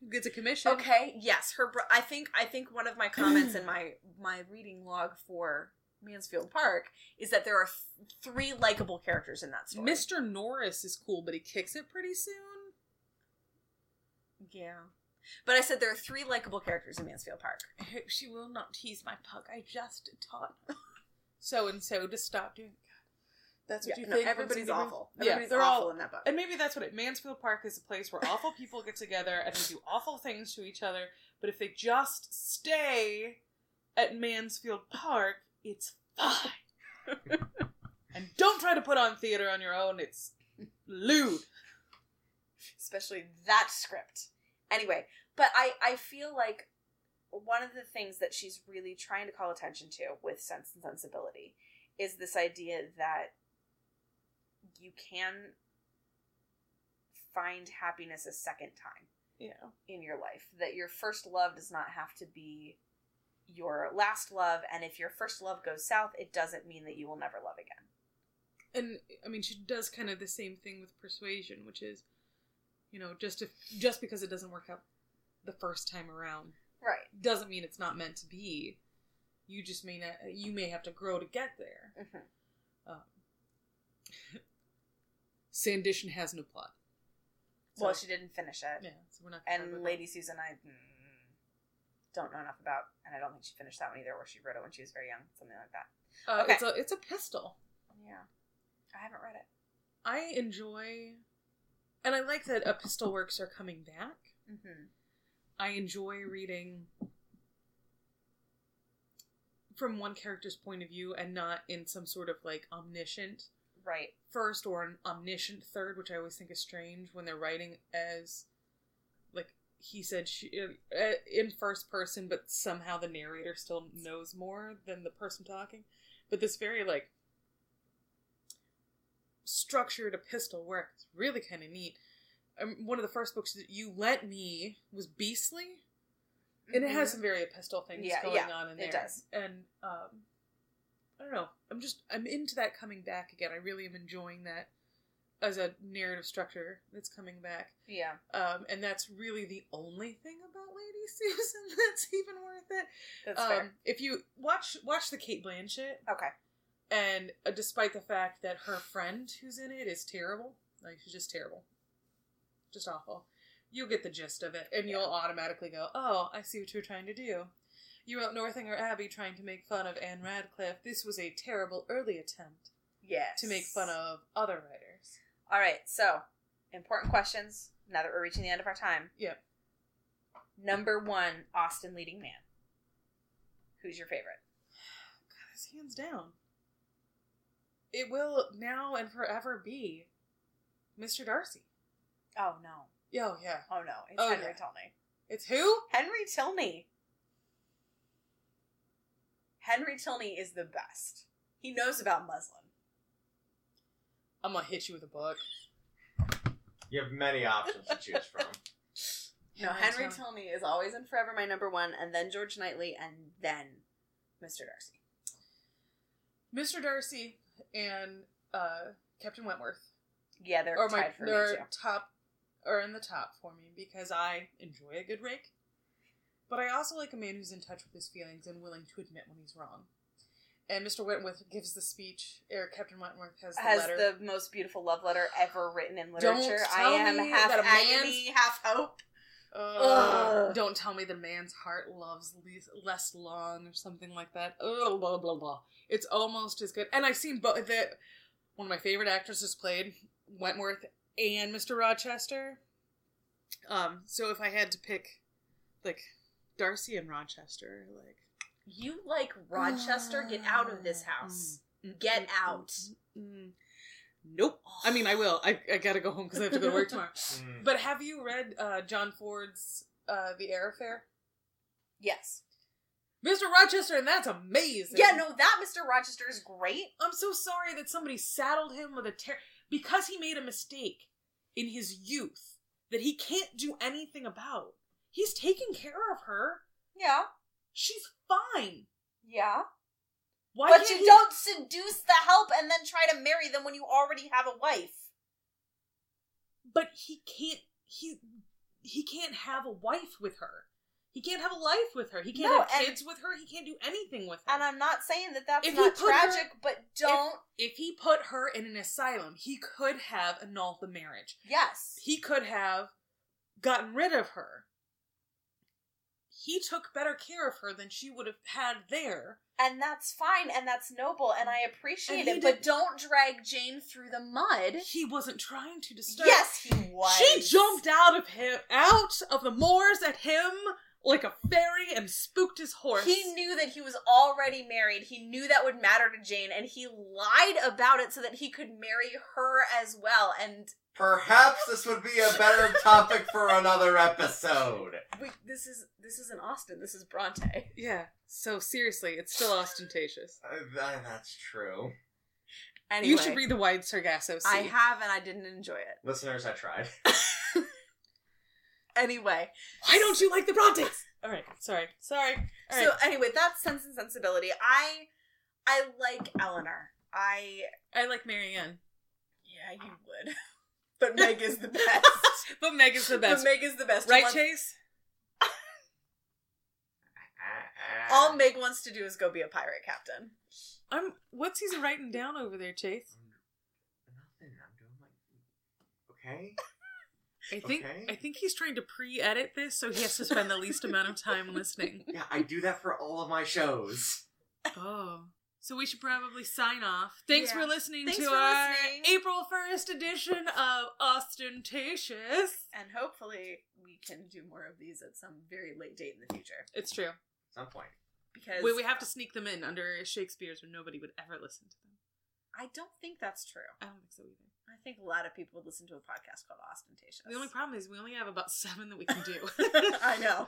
C: who gets a commission.
B: Okay, yes, her. Bro- I think I think one of my comments in my my reading log for Mansfield Park is that there are th- three likable characters in that story.
C: Mr. Norris is cool, but he kicks it pretty soon.
B: yeah, but I said there are three likable characters in Mansfield Park.
E: I hope she will not tease my pug. I just taught.
C: So and so to stop doing. That's what
B: Yeah,
C: you
B: no,
C: think. when
B: everybody's
C: somebody-
B: awful.
C: Yeah,
B: Everybody's
E: they're
B: awful
E: all-
B: in that book.
E: And maybe that's what it. Mansfield Park is a place where awful people get together and they do awful things to each other. But if they just stay at Mansfield Park, it's fine. and don't try to put on theater on your own. It's lewd.
B: especially that script. Anyway, but I I feel like one of the things that she's really trying to call attention to with Sense and Sensibility is this idea that you can find happiness a second time
E: Yeah.
B: in your life. That your first love does not have to be your last love, and if your first love goes south, it doesn't mean that you will never love again.
C: and I mean she does kind of the same thing with persuasion, which is, you know, just if just because it doesn't work out the first time around
B: Right.
C: doesn't mean it's not meant to be. You just may not. You may have to grow to get there.
B: hmm
C: Um, Sandition has no plot. So-
B: Well, she didn't finish it.
C: yeah, so we're not. gonna talk
B: And
C: about
B: Lady Susan, I mm, don't know enough about, and I don't think she finished that one either, where she wrote it when she was very young, something like that.
C: that. Uh,
B: okay.
C: It's a it's a pistol.
B: Yeah. I haven't read it.
C: I enjoy, and I like that Epistle Works are coming back.
B: Mm-hmm.
C: I enjoy reading from one character's point of view and not in some sort of like omniscient
B: Right.
C: first or an omniscient third, which I always think is strange when they're writing as like he said she uh, in first person, but somehow the narrator still knows more than the person talking. But this very like structured epistle work is really kind of neat. Um, one of the first books that you lent me was Beastly, and
B: Mm-hmm.
C: it has some very epistle things
B: Yeah,
C: going
B: yeah,
C: on in there.
B: it does.
C: And um, I don't know. I'm just I'm into that coming back again. I really am enjoying that as a narrative structure that's coming back.
B: Yeah.
C: Um, and that's really the only thing about Lady Susan that's even worth it.
B: That's
C: Um,
B: fair.
C: if you watch watch the Kate Blanchett,
B: Okay.
C: and uh, despite the fact that her friend who's in it is terrible, like she's just terrible, just awful, you'll get the gist of it, and you'll
B: Yeah.
C: automatically go, "Oh, I see what you're trying to do." You wrote Northanger Abbey trying to make fun of Anne Radcliffe. This was a terrible early attempt
B: Yes.
C: to make fun of other writers.
B: All right. So, important questions. Now that we're reaching the end of our time.
C: Yep.
B: Number one, Austin leading man. Who's your favorite?
C: God, that's hands down. It will now and forever be Mr. Darcy.
B: Oh no!
C: Oh yeah,
B: Oh no! It's
C: Oh,
B: Henry
C: yeah.
B: Tilney.
C: it's who?
B: Henry Tilney. Henry Tilney is the best. He knows about Muslim.
C: I'm gonna hit you with a book.
D: You have many options to choose from.
B: No, Henry Tilney is always and forever my number one, and then George Knightley, and then Mr. Darcy.
C: Mr. Darcy and uh, Captain Wentworth
B: Yeah, they're
C: are my
B: tied for me
C: they're
B: too.
C: top are in the top for me because I enjoy a good rake, but I also like a man who's in touch with his feelings and willing to admit when he's wrong. And Mr. Wentworth gives the speech, or Captain Wentworth has the
B: Has
C: letter.
B: the most beautiful love letter ever written in
C: Don't
B: literature.
C: tell
B: I am
C: me
B: half
C: that a
B: agony, half hope.
C: Ugh.
B: Ugh.
C: Don't tell me the man's heart loves le- less long or something like that. Ugh, blah blah blah. It's almost as good. And I've seen both. The one of my favorite actresses played Wentworth and Mr. Rochester. Um. So if I had to pick, like Darcy and Rochester, like
B: You like Rochester? Get out of this house.
C: Mm, mm,
B: Get
C: mm,
B: out.
C: mm, mm. Nope. I mean, I will. I I gotta go home because I have to go to work tomorrow.
D: Mm.
C: But have you read uh, John Ford's uh, The Air Affair?
B: Yes.
C: Mr. Rochester, and that's amazing.
B: Yeah, no, that Mr. Rochester is great.
C: I'm so sorry that somebody saddled him with a tear because he made a mistake in his youth that he can't do anything about. He's taking care of her.
B: Yeah.
C: She's fine.
B: Yeah.
C: Why
B: but
C: can't
B: you
C: he-
B: don't seduce the help and then try to marry them when you already have a wife.
E: but he can't he he can't have a wife with her. He can't have a life with her. He can't
B: No,
E: have
B: and-
E: kids with her. He can't do anything with her.
B: And I'm not saying that that's
E: If he
B: not
E: put her-
B: tragic, but don't.
E: if he put her in an asylum, he could have annulled the marriage.
B: yes.
E: He could have gotten rid of her. He took better care of her than she would have had there.
B: And that's fine and that's noble and I appreciate
E: And he
B: it, but
E: did-
B: don't drag Jane through the mud.
E: He wasn't trying to disturb.
B: Yes, he was.
E: She jumped out of him, out of the moors at him like a fairy, and spooked his horse.
B: He knew that he was already married. He knew that would matter to Jane, and he lied about it so that he could marry her as well. And
D: Perhaps this would be a better topic for another episode.
B: we, this is this isn't Austin. This is Bronte.
C: Yeah. So seriously, it's still ostentatious.
D: Uh, th- that's true.
B: Anyway,
C: You should read the Wide Sargasso Sea.
B: I have, and I didn't enjoy it.
D: Listeners, I tried.
B: Anyway,
E: Why don't you like the Brontes? All right, sorry, sorry. All right.
B: so anyway, that's Sense and Sensibility. I I like Eleanor. I
C: I like Marianne,
B: yeah, you would, but Meg is the best.
C: but Meg is the
B: But
C: best.
B: Meg is the best.
C: right,
B: Once-
C: Chase?
B: All Meg wants to do is go be a pirate captain.
C: I'm. What's he's writing down over there, Chase?
D: Nothing. I'm doing like okay.
C: I think.
D: Okay.
C: I think he's trying to pre-edit this, so he has to spend the least amount of time listening.
D: Yeah, I do that for all of my shows.
C: Oh. So we should probably sign off. Thanks
B: Yeah.
C: for listening
B: Thanks
C: to
B: for
C: our
B: listening.
C: April 1st edition of Ostentatious.
B: And hopefully we can do more of these at some very late date in the future.
C: It's true.
D: At some point.
B: Because
C: We, we have to sneak them in under Shakespeare's or nobody would ever listen to them.
B: I don't think that's true.
C: I don't think so either.
B: I think a lot of people would listen to a podcast called Ostentatious.
C: The only problem is we only have about seven that we can do.
B: I know.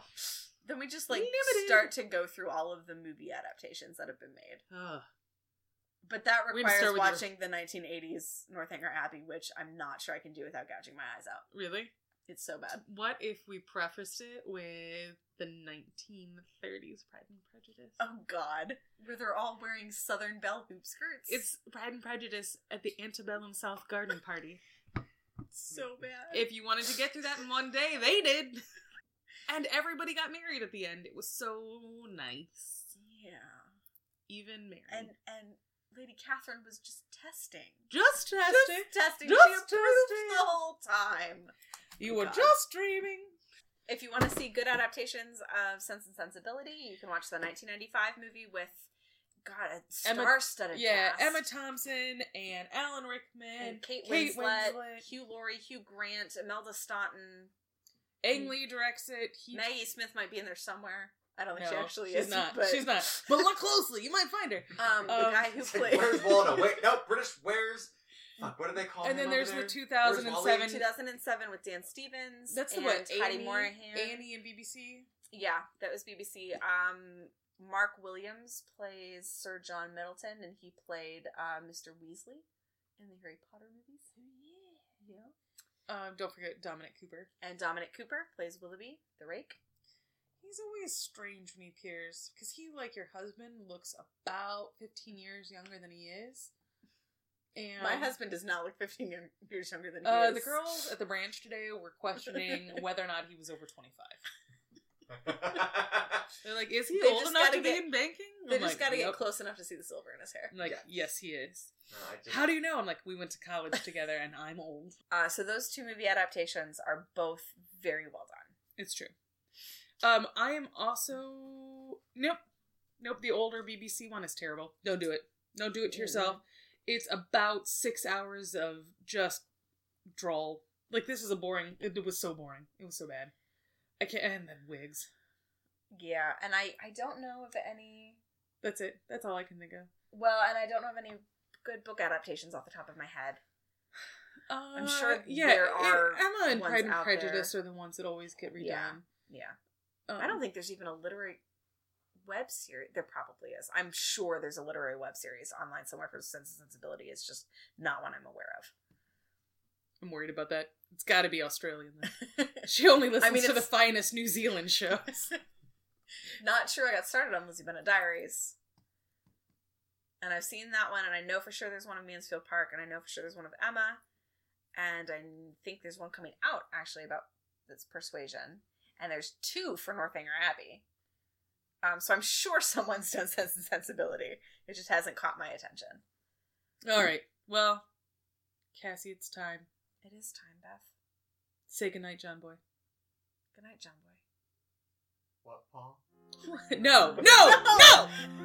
B: Then we just like
C: Limited.
B: start to go through all of the movie adaptations that have been made.
C: Ugh.
B: But that
C: We're gonna
B: requires
C: start with your-
B: watching the 1980s Northanger Abbey, which I'm not sure I can do without gouging my eyes out.
C: Really?
B: It's so bad.
C: What if we prefaced it with the 1930s Pride and Prejudice?
B: Oh God, where they're all wearing Southern bell hoop skirts.
C: It's Pride and Prejudice at the Antebellum South Garden Party.
B: so bad.
C: if you wanted to get through that in one day, they did. And everybody got married at the end. It was so nice.
B: yeah.
C: Even married.
B: and and Lady Catherine was just testing.
C: just testing.
B: Just testing.
C: Just
B: she approved
C: testing.
B: the whole time.
C: you
B: Oh,
C: were
B: God.
C: just dreaming.
B: If you want to see good adaptations of Sense and Sensibility, you can watch the 1995 movie with God, a
C: Emma-
B: star-studded
C: Yeah,
B: cast.
C: Emma Thompson and Alan
B: and
C: Rickman,
B: Kate, Winslet, Mm.
C: Winslet.
B: Hugh Laurie, Hugh Grant, Imelda Staunton,
C: Ang Lee directs it. He,
B: Maggie Smith might be in there somewhere. I don't think she
C: No,
B: actually
C: she's
B: is.
C: not.
B: But,
C: She's not. But look closely. You might find her.
B: Um, the
C: Um,
B: guy who
D: It's like,
B: played
D: where's Waldo? Wait, no, British. Where's fuck? What do they call
C: and
D: him
C: then
D: over
C: there's
D: there?
C: the 2007.
B: 2007 with Dan Stevens.
C: That's the
B: and
C: what?
B: Heidi
C: Annie,
B: Morahan.
C: Annie and BBC.
B: Yeah, that was BBC. Um, Mark Williams plays Sir John Middleton, and he played uh, Mr. Weasley in the Harry Potter movies. Oh, Yeah.
C: Um, don't forget Dominic Cooper.
B: And Dominic Cooper plays Willoughby, the rake.
C: He's always strange when he appears because he, like your husband, looks about 15 years younger than he is. And
B: My husband does not look 15 year- years younger than he
C: Uh,
B: is.
C: the girls at the branch today were questioning whether or not he was over 25. They're like, is he
B: They
C: old
B: just
C: enough
B: gotta
C: to
B: get-
C: be in banking?
B: They
C: I'm
B: just
C: like,
B: gotta
C: "Yep." Mm.
B: get close enough to see the silver in his hair.
C: I'm like,
D: Yeah.
C: yes, he is.
D: No, I just-
C: How do you know? I'm like, we went to college together and I'm old.
B: Uh, so those two movie adaptations are both very well done.
C: It's true. Um, I am also nope, nope. The older BBC one is terrible. Don't do it. Don't do it to yourself. It's about six hours of just drawl. Like this is a boring. It was so boring. It was so bad. I can't. And then wigs.
B: Yeah, and I, I don't know of any.
C: That's it. That's all I can think of.
B: Well, and I don't know of any good book adaptations off the top of my head.
C: Uh,
B: sure there
C: it-
B: are
C: Emma and
B: ones
C: Pride and
B: out
C: Prejudice are the ones that always get redone.
B: Yeah. Yeah.
C: Um,
B: I don't think there's even a literary web series. There probably is. I'm sure there's a literary web series online somewhere for Sense and Sensibility. It's just not one I'm aware of.
C: I'm worried about that. It's got to be Australian. Then. she only listens
B: mean,
C: to the
B: it's-
C: finest New Zealand shows.
B: Not sure I got started on Lizzie Bennett Diaries. And I've seen that one, and I know for sure there's one of Mansfield Park, and I know for sure there's one of Emma. and I think there's one coming out actually about that's persuasion, and there's two for Northanger Abbey. Um, so I'm sure someone's done Sense and Sensibility. It just hasn't caught my attention.
C: All right. Well, Cassie, it's time.
B: It is time, Beth.
C: Say goodnight, John Boy.
B: Good night, John Boy.
D: What, Paul?
C: no, no, no.